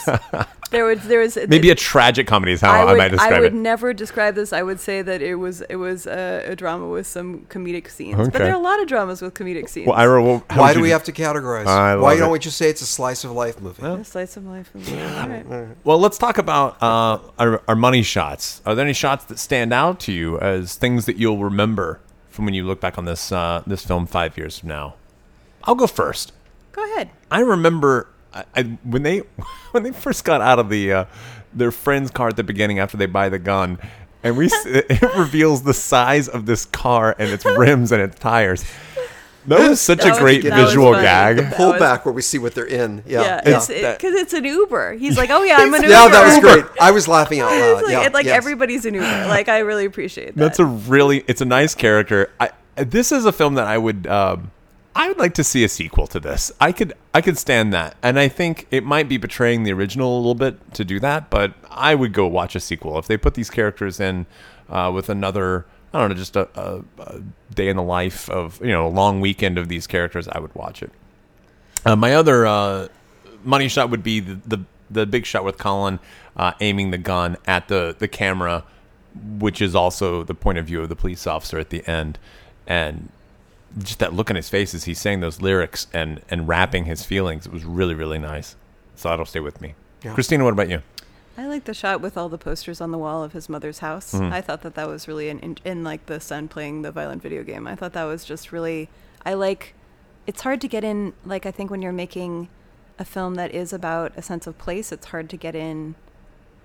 there was there was Maybe a tragic comedy is how I, I would, might describe I would it. never describe this. I would say that it was it was a, a drama with some comedic scenes. Okay. But there are a lot of dramas with comedic scenes. well, Ira, well, how Why would do you we des- have to categorize? I Why love don't it. we just say it's a slice of life movie? A slice of life. All right. Well, let's talk about uh, our, our money shots. Are there any shots that stand out to you as things that you'll remember from when you look back on this uh, this film five years from now? I'll go first. Go ahead. I remember I, I, when they when they first got out of the uh, their friend's car at the beginning after they buy the gun, and we s- it reveals the size of this car and its rims and its tires. That was such That a was- great that was visual funny. gag. Pull was- back where we see what they're in. Yeah. Yeah, yeah. it's because it's an Uber. He's like, oh yeah, I'm an Uber. Yeah, that was great. I was laughing out It's loud. like, yeah, it- like yes. everybody's an Uber. Like I really appreciate that. That's a really it's a nice character. I this is a film that I would um, I would like to see a sequel to this. I could I could stand that, and I think it might be betraying the original a little bit to do that. But I would go watch a sequel if they put these characters in uh, with another. I don't know, just a, a, a day in the life of you know a long weekend of these characters. I would watch it. Uh, my other uh, money shot would be the, the the big shot with Colin uh, aiming the gun at the the camera, which is also the point of view of the police officer at the end, and just that look on his face as he's saying those lyrics and and rapping his feelings. It was really really nice. So that'll stay with me. Christina, what about you? I like the shot with all the posters on the wall of his mother's house. I thought that that was really an in, in like the son playing the violent video game. I thought that was just really I like it's hard to get in like I think when you're making a film that is about a sense of place, it's hard to get in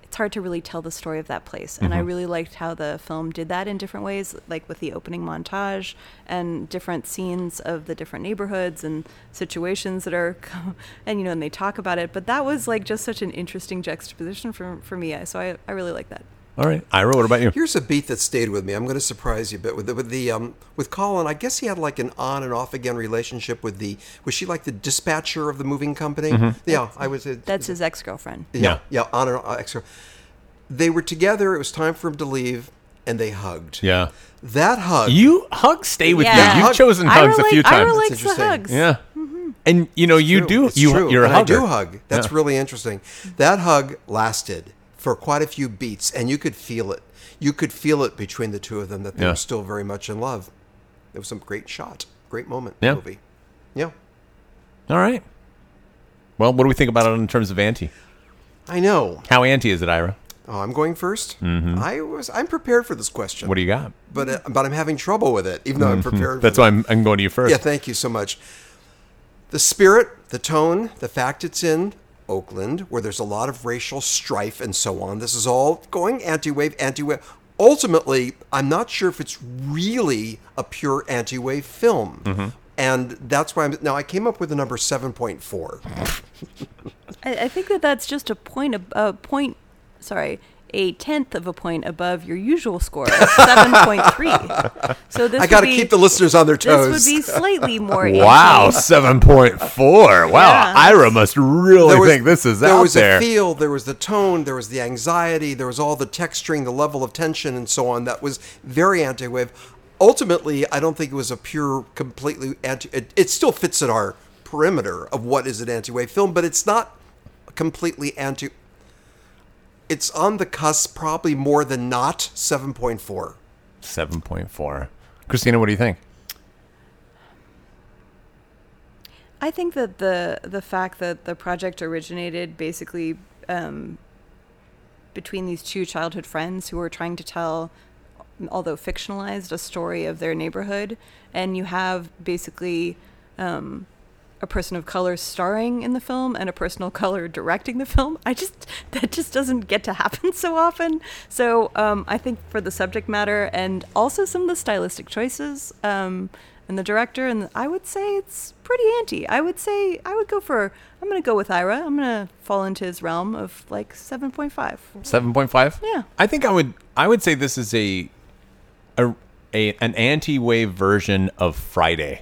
it's hard to really tell the story of that place. And I really liked how the film did that in different ways, like with the opening montage and different scenes of the different neighborhoods and situations that are, and you know, and they talk about it. But that was like just such an interesting juxtaposition for, for me. I- So I, I really like that. All right, Ira, what about you? Here's a beat that stayed with me. I'm going to surprise you a bit with the, with the um, with Colin. I guess he had like an on and off again relationship with the was she like the dispatcher of the moving company? Yeah, I was. A, That's his ex girlfriend. Yeah. yeah, yeah, on and off. Extra. They were together. It was time for him to leave, and they hugged. Yeah, that hug. you hugs stay with Yeah. me. You've Hug- chosen hugs a few times. Ira likes Mm-hmm. the interesting. hugs. yeah, and you know you do It's you true. you're a and hugger. I do hug. That's Yeah. really interesting. That hug lasted for quite a few beats, and you could feel it. You could feel it between the two of them that they Yeah. were still very much in love. It was some great shot, great moment. Yeah. Movie. Yeah. All right. Well, what do we think about it in terms of anti? I know. How anti is it, Ira? Oh, I'm going 1st I was. I'm prepared for this question. Mm-hmm. What do you got? But uh, but I'm having trouble with it, even though I'm prepared. That's for why I'm, I'm going to you first. Yeah, thank you so much. The spirit, the tone, the fact it's in Oakland, where there's a lot of racial strife and so on. This is all going anti wave, anti wave. Ultimately, I'm not sure if it's really a pure anti wave film. Mm-hmm. And that's why I'm. Now, I came up with the number 7.4. I, I think that that's just a point, ab- a point, sorry, a tenth of a point above your usual score, seven point three. So this I got to would be- keep the listeners on their toes. This would be slightly more. Wow, anti- seven point four. Wow, Yeah. Ira must really think this is there out was there. a feel, there was the tone, there was the anxiety, there was all the texturing, the level of tension, and so on. That was very anti-wave. Ultimately, I don't think it was a pure, completely anti. It, it still fits in our perimeter of what is an anti-wave film, but it's not completely anti. It's on the cusp, probably more than not. Seven point four. Seven point four. Christina, what do you think? I think that the the fact that the project originated basically um, between these two childhood friends who were trying to tell, although fictionalized, a story of their neighborhood, and you have basically um, a person of color starring in the film and a person of color directing the film. I just that just doesn't get to happen so often. So um, I think for the subject matter and also some of the stylistic choices um, and the director, and I would say it's pretty anti. I would say I would go for I'm going to go with Ira. I'm going to fall into his realm of like 7.5. Seven point five. Yeah. I think I would. I would say this is a, a, a an anti-wave version of Friday.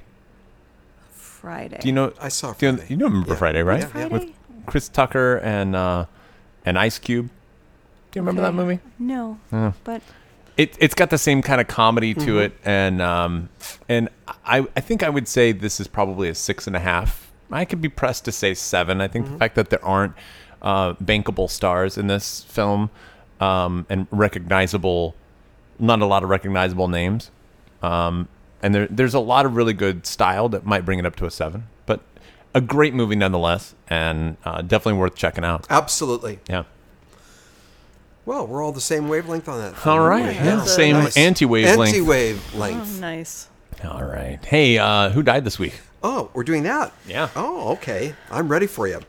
Friday. Do you know? I saw Do you, Friday. you know, remember Yeah. Friday, right? Yeah, yeah. With Friday? Chris Tucker and uh, and Ice Cube. Do you remember that movie? No, but it, it's got the same kind of comedy to it, and um, and I I think I would say this is probably a six and a half. I could be pressed to say seven. I think the fact that there aren't uh, bankable stars in this film um, and recognizable, not a lot of recognizable names, um, and there there's a lot of really good style that might bring it up to a seven, but a great movie nonetheless, and uh, definitely worth checking out. Absolutely. Yeah. Well, we're all the same wavelength on that. All right. Yeah, Yeah. that's a Same Nice. anti-wavelength. Anti-wave oh, length. nice. All right. Hey, uh, who died this week? Oh, we're doing that. Yeah. Oh, okay. I'm ready for you.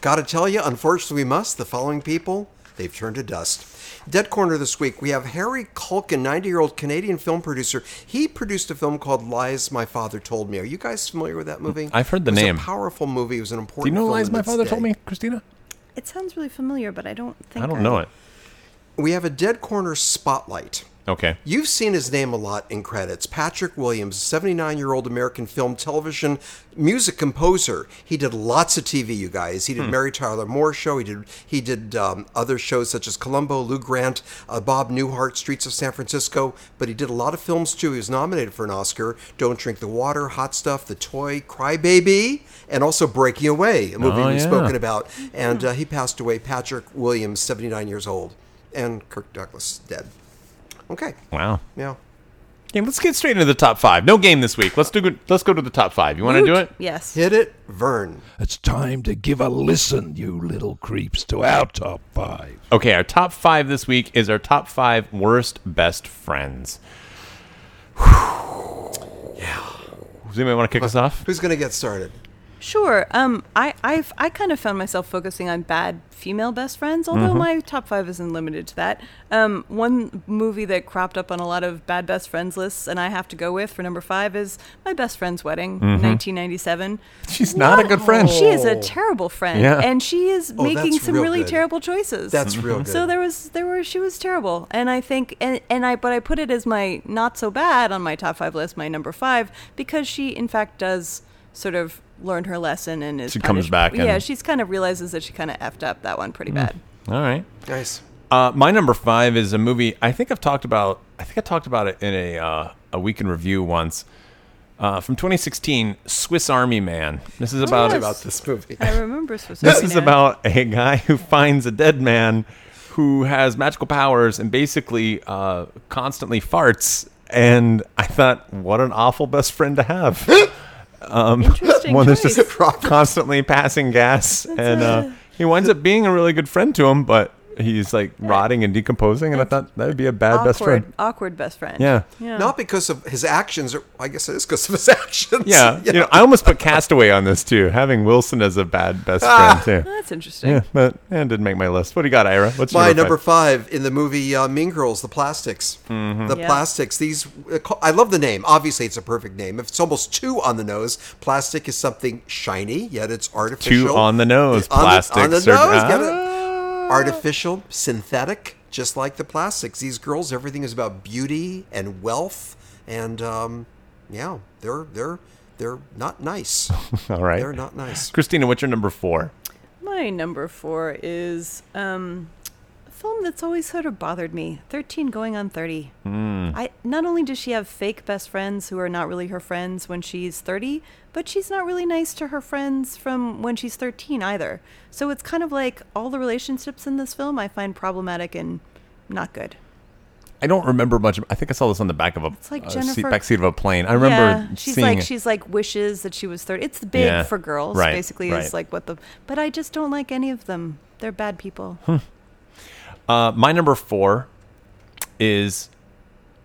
Gotta tell you, unfortunately, we must. The following people, they've turned to dust. Dead Corner this week, we have Harry Culkin, 90 year old Canadian film producer. He produced a film called Lies My Father Told Me. Are you guys familiar with that movie? I've heard the it was name. a powerful movie. It was an important Do you know film lies in my its father day. told me, Christina? It sounds really familiar, but I don't think I don't know it. We have a Dead Corner Spotlight. Okay. You've seen his name a lot in credits. Patrick Williams, 79 year old American film, television, music composer. He did lots of TV, you guys. He did Hmm. Mary Tyler Moore Show. He did he did um, other shows such as Columbo, Lou Grant, uh, Bob Newhart, Streets of San Francisco. But he did a lot of films too. He was nominated for an Oscar Don't Drink the Water, Hot Stuff, The Toy, Cry Baby, and also Breaking Away, a movie Oh, we've yeah. spoken about. And uh, he passed away, Patrick Williams, 79 years old. And Kirk Douglas, dead. Okay. Wow. Yeah. Okay, let's get straight into the top five. No game this week. Let's do. Let's go to the top five. You want to do it? Yes. Hit it, Vern. It's time to give a listen, you little creeps, to our top five. Okay. Our top five this week is our top five worst best friends. Yeah. Does anybody want to kick us off? Who's going to get started? Sure. Um, I I've, I kind of found myself focusing on bad female best friends, although Mm-hmm. my top five isn't limited to that. Um, one movie that cropped up on a lot of bad best friends lists, and I have to go with for number five is My Best Friend's Wedding, 1997. Mm-hmm. She's not a good friend. She is a terrible friend, Yeah. and she is making Oh, that's some real really good. terrible choices. That's real good. So there was there were she was terrible, and I think and, and I but I put it as my not so bad on my top five list, my number five, because she in fact does sort of learn her lesson and is She comes punished. back Yeah, and- Mm. she's kind of realizes that she kind of effed up that one pretty bad. All right. Nice. Uh, my number five is a movie I think I've talked about. I think I talked about it in a uh, a week in review once uh, from 2016. Swiss Army Man. This is about yes. About this movie. I remember Swiss This Army is Man. about a guy who finds a dead man who has magical powers and basically uh, constantly farts. And I thought, what an awful best friend to have. interesting One that's choice. just constantly passing gas. and uh, he winds up being a really good friend to him, but he's like rotting and decomposing, and I thought that would be a bad awkward, best friend. awkward best friend. Yeah. yeah. Not because of his actions, or I guess it is because of his actions. Yeah, you know, I almost put Castaway on this too, having Wilson as a bad best friend too. That's Ah. interesting. Yeah, but yeah, it didn't make my list. What do you got, Ira? What's My your number five? five in the movie uh, Mean Girls, the plastics. Mm-hmm. The Yeah. plastics. These, uh, I love the name. Obviously, it's a perfect name. If it's almost two on the nose, plastic is something shiny, yet it's artificial. two on the nose? On the- Plastics on the are- nose, get it? Ah. artificial, synthetic, just like the plastics. These girls, everything is about beauty and wealth, and um, yeah, they're they're they're not nice. All right. They're not nice. Christina, what's your number four? My number four is um, a film that's always sort of bothered me 13 Going on 30. Hmm. I, not only does she have fake best friends who are not really her friends when she's 30, but she's not really nice to her friends from when she's 13 either. So it's kind of like all the relationships in this film I find problematic and not good. I don't remember much. of- I think I saw this on the back of a It's like uh, seat, Jennifer- backseat of a plane. I remember yeah, she's seeing like it. she's like wishes that she was 30. It's big Yeah, for girls right, basically right. is like what the but I just don't like any of them. They're bad people. Uh, my number four is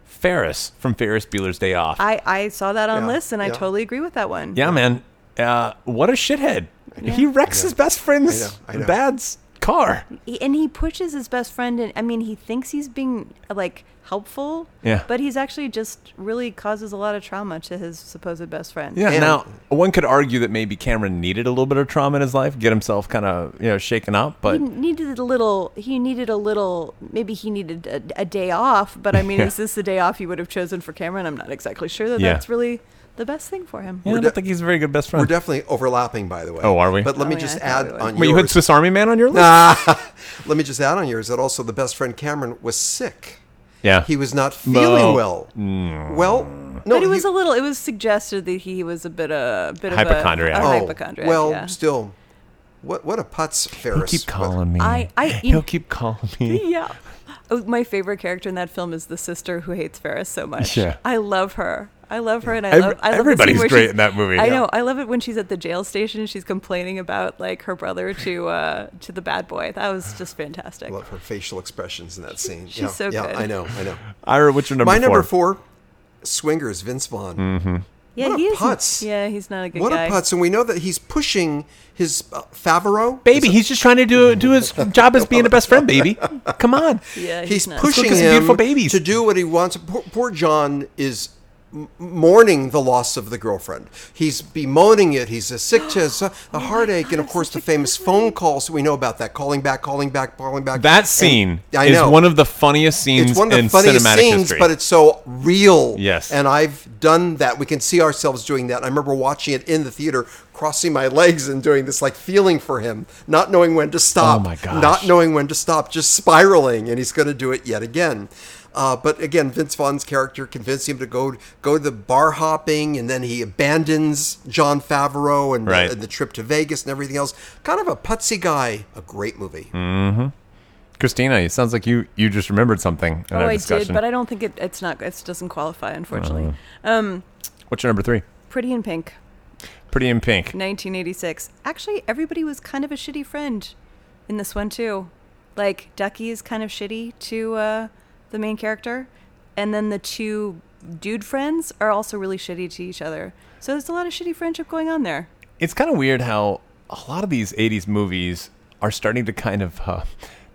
Ferris from Ferris Bueller's Day Off. I, I saw that on Yeah, lists and I yeah. totally agree with that one. yeah, man. Uh, what a shithead. He wrecks his best friend's I know, I know. dad's car. He- and he pushes his best friend and I mean he thinks he's being like helpful. Yeah. But he's actually just really causes a lot of trauma to his supposed best friend. Yeah. And- now, one could argue that maybe Cameron needed a little bit of trauma in his life, get himself kind of you know shaken up. But He needed a little. He needed a little. Maybe he needed a, a day off. But I mean, Yeah. is this the day off he would have chosen for Cameron? I'm not exactly sure that Yeah. that's really the best thing for him. yeah, I de- don't think he's a very good best We're friend. definitely overlapping, by the way. Oh, are we? But let Oh, me yeah, just I thought add we were. on Wait, you had yours. Swiss Army Man on your list? let me just add on yours that also the best friend Cameron was sick. yeah. He was not feeling No. Mm. well. Well, no, but it was he- a little. It was suggested that he was a bit a bit of a- Hypochondriac. A, Oh, hypochondriac. well, yeah. still, what what a putz, Ferris. keep calling me. I- I- you- He'll keep calling me. yeah. Oh, my favorite character in that film is the sister who hates Ferris so much. Yeah. I love her. I love her, and I Every- love. I love the scene everybody's where great she's- in that movie. I Yeah. know. I love it when she's at the jail station and she's complaining about like her brother to uh, to the bad boy. That was just fantastic. Love her facial expressions in that scene. She's yeah, so yeah, good. I know, I know. Ira, what's your number four? My Mm. number four, swingers, Vince Vaughn. yeah, what a he isn't- putz. Yeah, he's not a good What guy. a putz! And we know that he's pushing his uh, Favreau. Baby, he's just trying to do do his job as being a best friend, baby. Come on. Yeah, he's, he's not. pushing Look at some him beautiful babies. to do what he wants. Poor, poor John is m- mourning the loss of the girlfriend. He's bemoaning it. He's a sick to his, uh, Oh the heartache, and of course the famous phone calls. We know about that calling back, calling back, calling back. That And scene I is know. one of the funniest scenes it's one of in the funniest cinematic scenes, history. but it's so real. Yes. and I've done that. We can see ourselves doing that. I remember watching it in the theater, crossing my legs and doing this, like feeling for him, not knowing when to stop. Oh, my gosh. Not knowing when to stop, just spiraling, and he's going to do it yet again. Uh, but again, Vince Vaughn's character convincing him to go go to the bar hopping, and then he abandons John Favreau and, Right. the, and the trip to Vegas and everything else. Kind of a putzy guy. A great movie. Hmm. Christina, it sounds like you you just remembered something in Oh, our I discussion. did, but I don't think it, it's not. It doesn't qualify, unfortunately. Uh-huh. Um, What's your number three? Pretty in Pink, Pretty in Pink. 1986. Actually, everybody was kind of a shitty friend in this one too. Like Ducky is kind of shitty to uh, the main character, and then the two dude friends are also really shitty to each other. So there's a lot of shitty friendship going on there. It's kind of weird how a lot of these '80s movies are starting to kind of uh,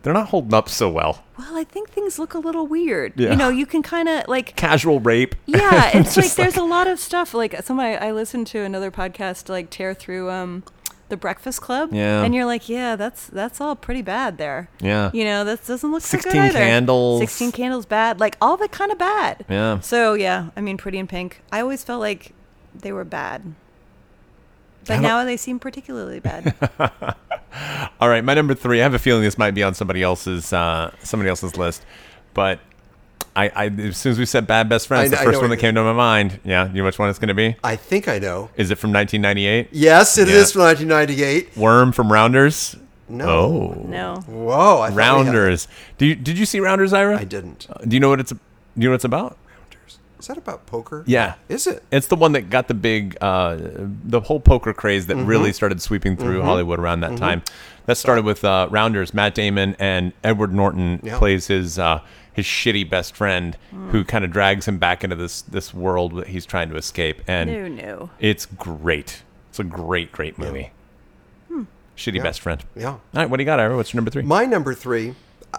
they're not holding up so well. Well, I think things look a little weird. Yeah. You know, you can kind of like Casual rape. Yeah, it's like Just there's a lot of stuff. Like somebody I listened to another podcast like tear through um the Breakfast Club. Yeah. And you're like, Yeah, that's that's all pretty bad there. Yeah. You know, that doesn't look so good 16 either. Candles. Sixteen candles bad. Like all that kind of bad. Yeah. So yeah, I mean pretty in pink. I always felt like they were bad. I But don't- now they seem particularly bad. All right, my number three. I have a feeling this might be on somebody else's uh, somebody else's list, but I, I as soon as we said bad best friends, I- the I know first one what that it came to my mind. Yeah, you know which one it's going to be? I think I know. Is it from 1998? Yes, it is Yeah. from 1998. Worm from Rounders. No. Oh, no. Whoa, I thought we had- Rounders. Do you, did you see Rounders, Ira? I didn't. Uh, Do you know what it's Do you know what it's about? Is that about poker? Yeah. Is it? It's the one that got the big, uh, the whole poker craze that Mm-hmm. really started sweeping through Hollywood around that time. That started with uh, Rounders. Matt Damon and Edward Norton Yeah. Mm. plays his uh, his shitty best friend who kind of drags him back into this this world that he's trying to escape. And No, no. it's great. It's a great, great movie. Shitty best friend. Hmm. Yeah. All right, what do you got, Ira? What's your number three? My number three,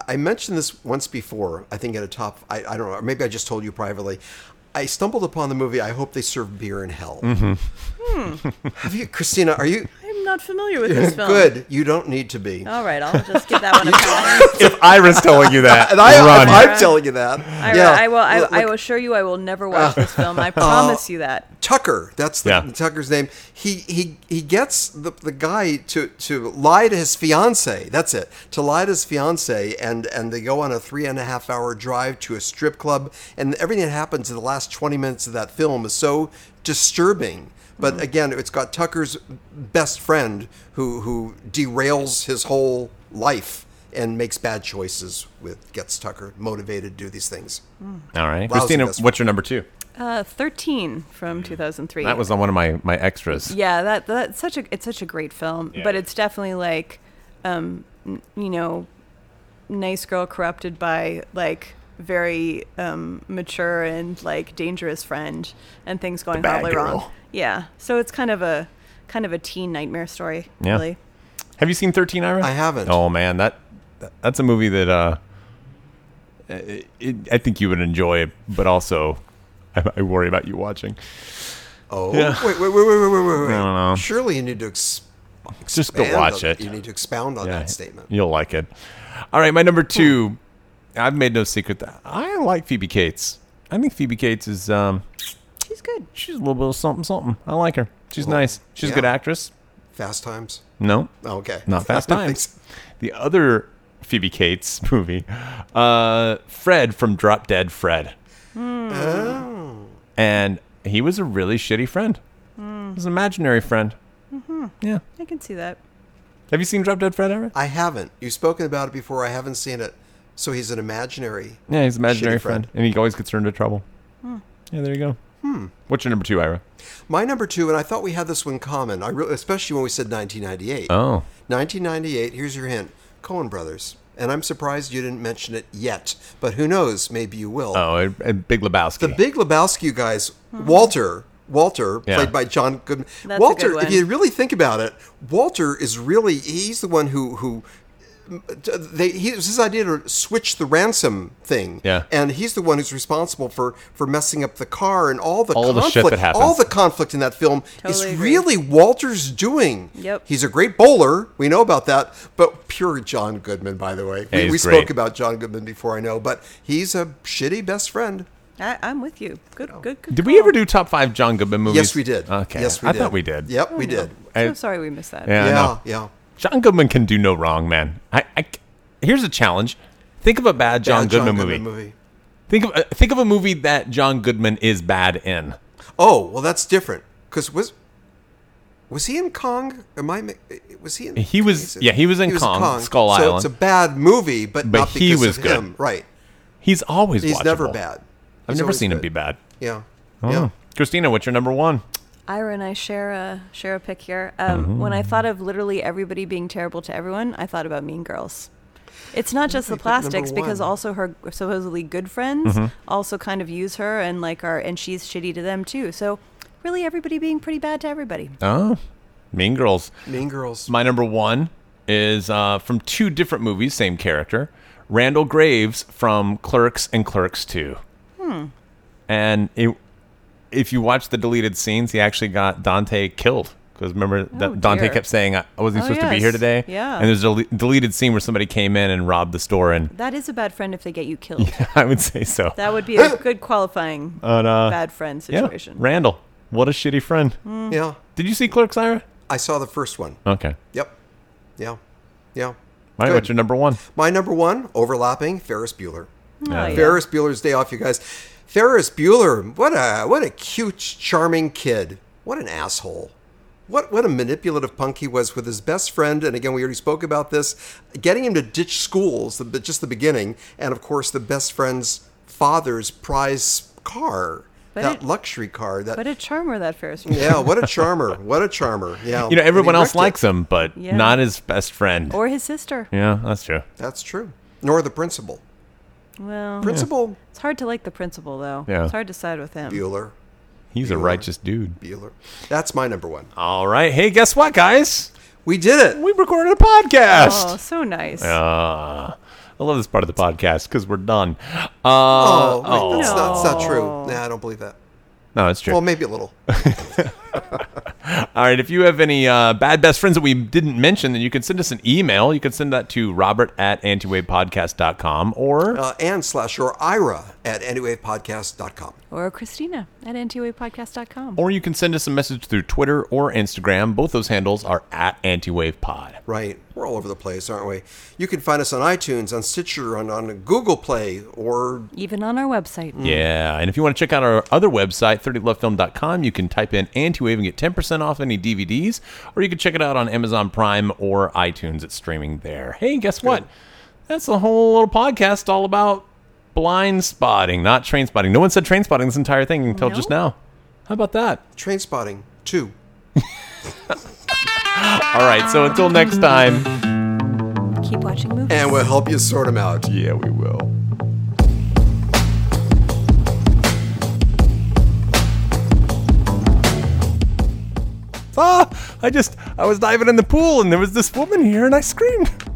I mentioned this once before, I think at a top, I, I don't know, or maybe I just told you privately. I stumbled upon the movie I Hope They Serve Beer in Hell. Mm-hmm. Have you, Christina, are you I'm not familiar with Hmm. this film. Oh. good? You don't need to be. All right, I'll just give that one a pass. if Ira's telling you that, and I, run. I'm telling you that. Ira, yeah. I will. I, Look, Uh, I will assure you, I will never watch this film. I promise you that. Tucker. That's the, Yeah. Tucker's name. He he he gets the, the guy to to lie to his fiance. That's it. To lie to his fiance, and and they go on a three and a half hour drive to a strip club, and everything that happens in the last twenty minutes of that film is so disturbing. But Mm-hmm. again, it's got Tucker's best friend who who derails his whole life and makes bad choices with gets Tucker motivated to do these things. All right. Lousy Christina, best friend. what's your number two? Uh, Thirteen from 2003. That was on one of my, my extras. Yeah, that that's such a it's such a great film, but it's definitely like, um, n- you know, nice girl corrupted by like very um, mature and like dangerous friend, and things going bad horribly wrong. girl. Yeah, so it's kind of a kind of a teen nightmare story. Yeah. Really, Have you seen Thirteen Ira? I haven't. Oh man, that that- that's a movie that uh, it, it, I think you would enjoy, but also I, I worry about you watching. Oh, wait, wait, wait, wait, wait, wait, wait. wait. I don't know. Surely you need to ex- Just go expand watch on- it. You need to expound on that statement. You'll like it. All right, my number two. I've made no secret that I like Phoebe Cates. I think Phoebe Cates is um, she's good. she's a little bit of something something. I like her. She's nice. She's a good yeah. actress. Fast Times. No, Oh, okay. Not Fast I think Times. The other Phoebe Cates movie, uh, Fred from Drop Dead Fred. And he was a really shitty friend. He was an imaginary friend. Yeah. I can see that. Have you seen Drop Dead Fred ever? I haven't. You've spoken about it before. I haven't seen it. So he's an imaginary. Yeah, he's an imaginary Shitty friend. Hmm. friend. And he always gets her into trouble. Yeah, there you go. What's your number two, Ira? My number two, and I thought we had this one common. I really, especially when we said 1998. Oh. 1998. Here's your hint: Cohen Brothers. And I'm surprised you didn't mention it yet. But who knows? Maybe you will. Oh, and- and Big Lebowski. The Big Lebowski, you guys, Walter, Walter, Yeah. played by John Goodman. Mm-hmm. That's a Walter, good one. if you really think about it, Walter is really he's the one who who they he, it was his idea to switch the ransom thing. Yeah. and he's the one who's responsible for for messing up the car and all the All the shit conflict, that happens. all the conflict in that film Totally is agree. really Walter's doing. Yep. he's a great bowler. We know about that, but pure John Goodman, by the way. Yeah, we he's we great. spoke about John Goodman before, I know, but he's a shitty best friend. I, I'm with you. Good, Oh. good, good. did we call. ever do top five John Goodman movies? Yes, we did. Okay. Yes, we I did. thought we did. Yep, we did. So I- sorry we missed that. Yeah, I know. Yeah, yeah. John Goodman can do no wrong, man. I, I c- here's a challenge. Think of a bad John, Bad Goodman, movie. Think of uh, think of a movie that John Goodman is bad in. Oh, well, that's different. Because was was he in Kong? Am I? ma- Was he in? He was- is it- yeah, he was in Kong, Skull so Island. It's a bad movie, but, But not he because was of good. him. Right. He's always He's never watchable. bad. I've He's never always seen him good. be bad. Yeah. Yeah. Oh. Christina, what's your number one? Ira and I share a share a pick here. Um, Mm-hmm. When I thought of literally everybody being terrible to everyone, I thought about Mean Girls. It's not just the put number plastics because one. also her supposedly good friends Mm-hmm. also kind of use her and like are and she's shitty to them too. So really, everybody being pretty bad to everybody. Oh, Mean Girls. Mean Girls. My number one is uh, from two different movies, same character, Randall Graves from Clerks and Clerks Two. Hmm. And it, if you watch the deleted scenes, he actually got Dante killed. Because remember, that Dante Oh, dear. kept saying, "I I wasn't Oh, supposed to be here yes. today." Yeah. And there's a del- deleted scene where somebody came in and robbed the store, and That is a bad friend if they get you killed. I would say so. That would be a good qualifying bad friend Uh, yeah, situation. Hmm. Randall, what a shitty friend. Yeah. Did you see Clerks, Ira? I saw the first one. Okay. Yep. Yeah. Yeah. All right, Good. what's your number one? My number one, overlapping, Ferris Bueller. Oh, yeah. Ferris Bueller's Day Off, you guys. Ferris Bueller, what a what a cute, charming kid. What an asshole. What what a manipulative punk he was with his best friend, and again we already spoke about this, getting him to ditch schools, the, just the beginning, and of course the best friend's father's prize car. But that it- luxury car. That What a charmer that Ferris Bueller. yeah, what a charmer! What a charmer! Yeah, You know, And he everyone else wrecked it. likes him, but Yeah. not his best friend. Or his sister. yeah, that's true. That's true. Nor the principal. Well, Principal it's hard to like the principal though. Yeah. It's hard to side with him. Bueller. He's a Bueller. righteous dude. Bueller. That's my number one. All right. Hey, guess what, guys? We did it. We recorded a podcast. Oh, so nice. Ah, I love this part of the podcast because we're done. Uh, Oh, oh, wait, that's, not, that's not true. No. Nah, I don't believe that. no, it's true. Well, maybe a little. All right. If you have any uh, bad best friends that we didn't mention, then you can send us an email. You can send that to robert at antiwavepodcast.com or. Uh, and slash or Ira at anywaypodcast.com. Or Christina at antiwaypodcast.com. or you can send us a message through Twitter or Instagram. Both those handles are at AntiWavePod. Right. We're all over the place, aren't we? You can find us on iTunes, on Stitcher, on, on Google Play, or Even on our website. Mm. Yeah, and if you want to check out our other website, 30lovefilm.com, you can type in Anti-Wave and get 10% off any DVDs, or you can check it out on Amazon Prime or iTunes. It's streaming there. Hey, guess what? That's a whole little podcast all about blind spotting, not train spotting. No one said train spotting this entire thing until No. just now. How about that? Train Spotting 2. All right, so until next time. Keep watching movies. And we'll help you sort them out. Yeah, we will. Ah, I just, I was diving in the pool and there was this woman here and I screamed.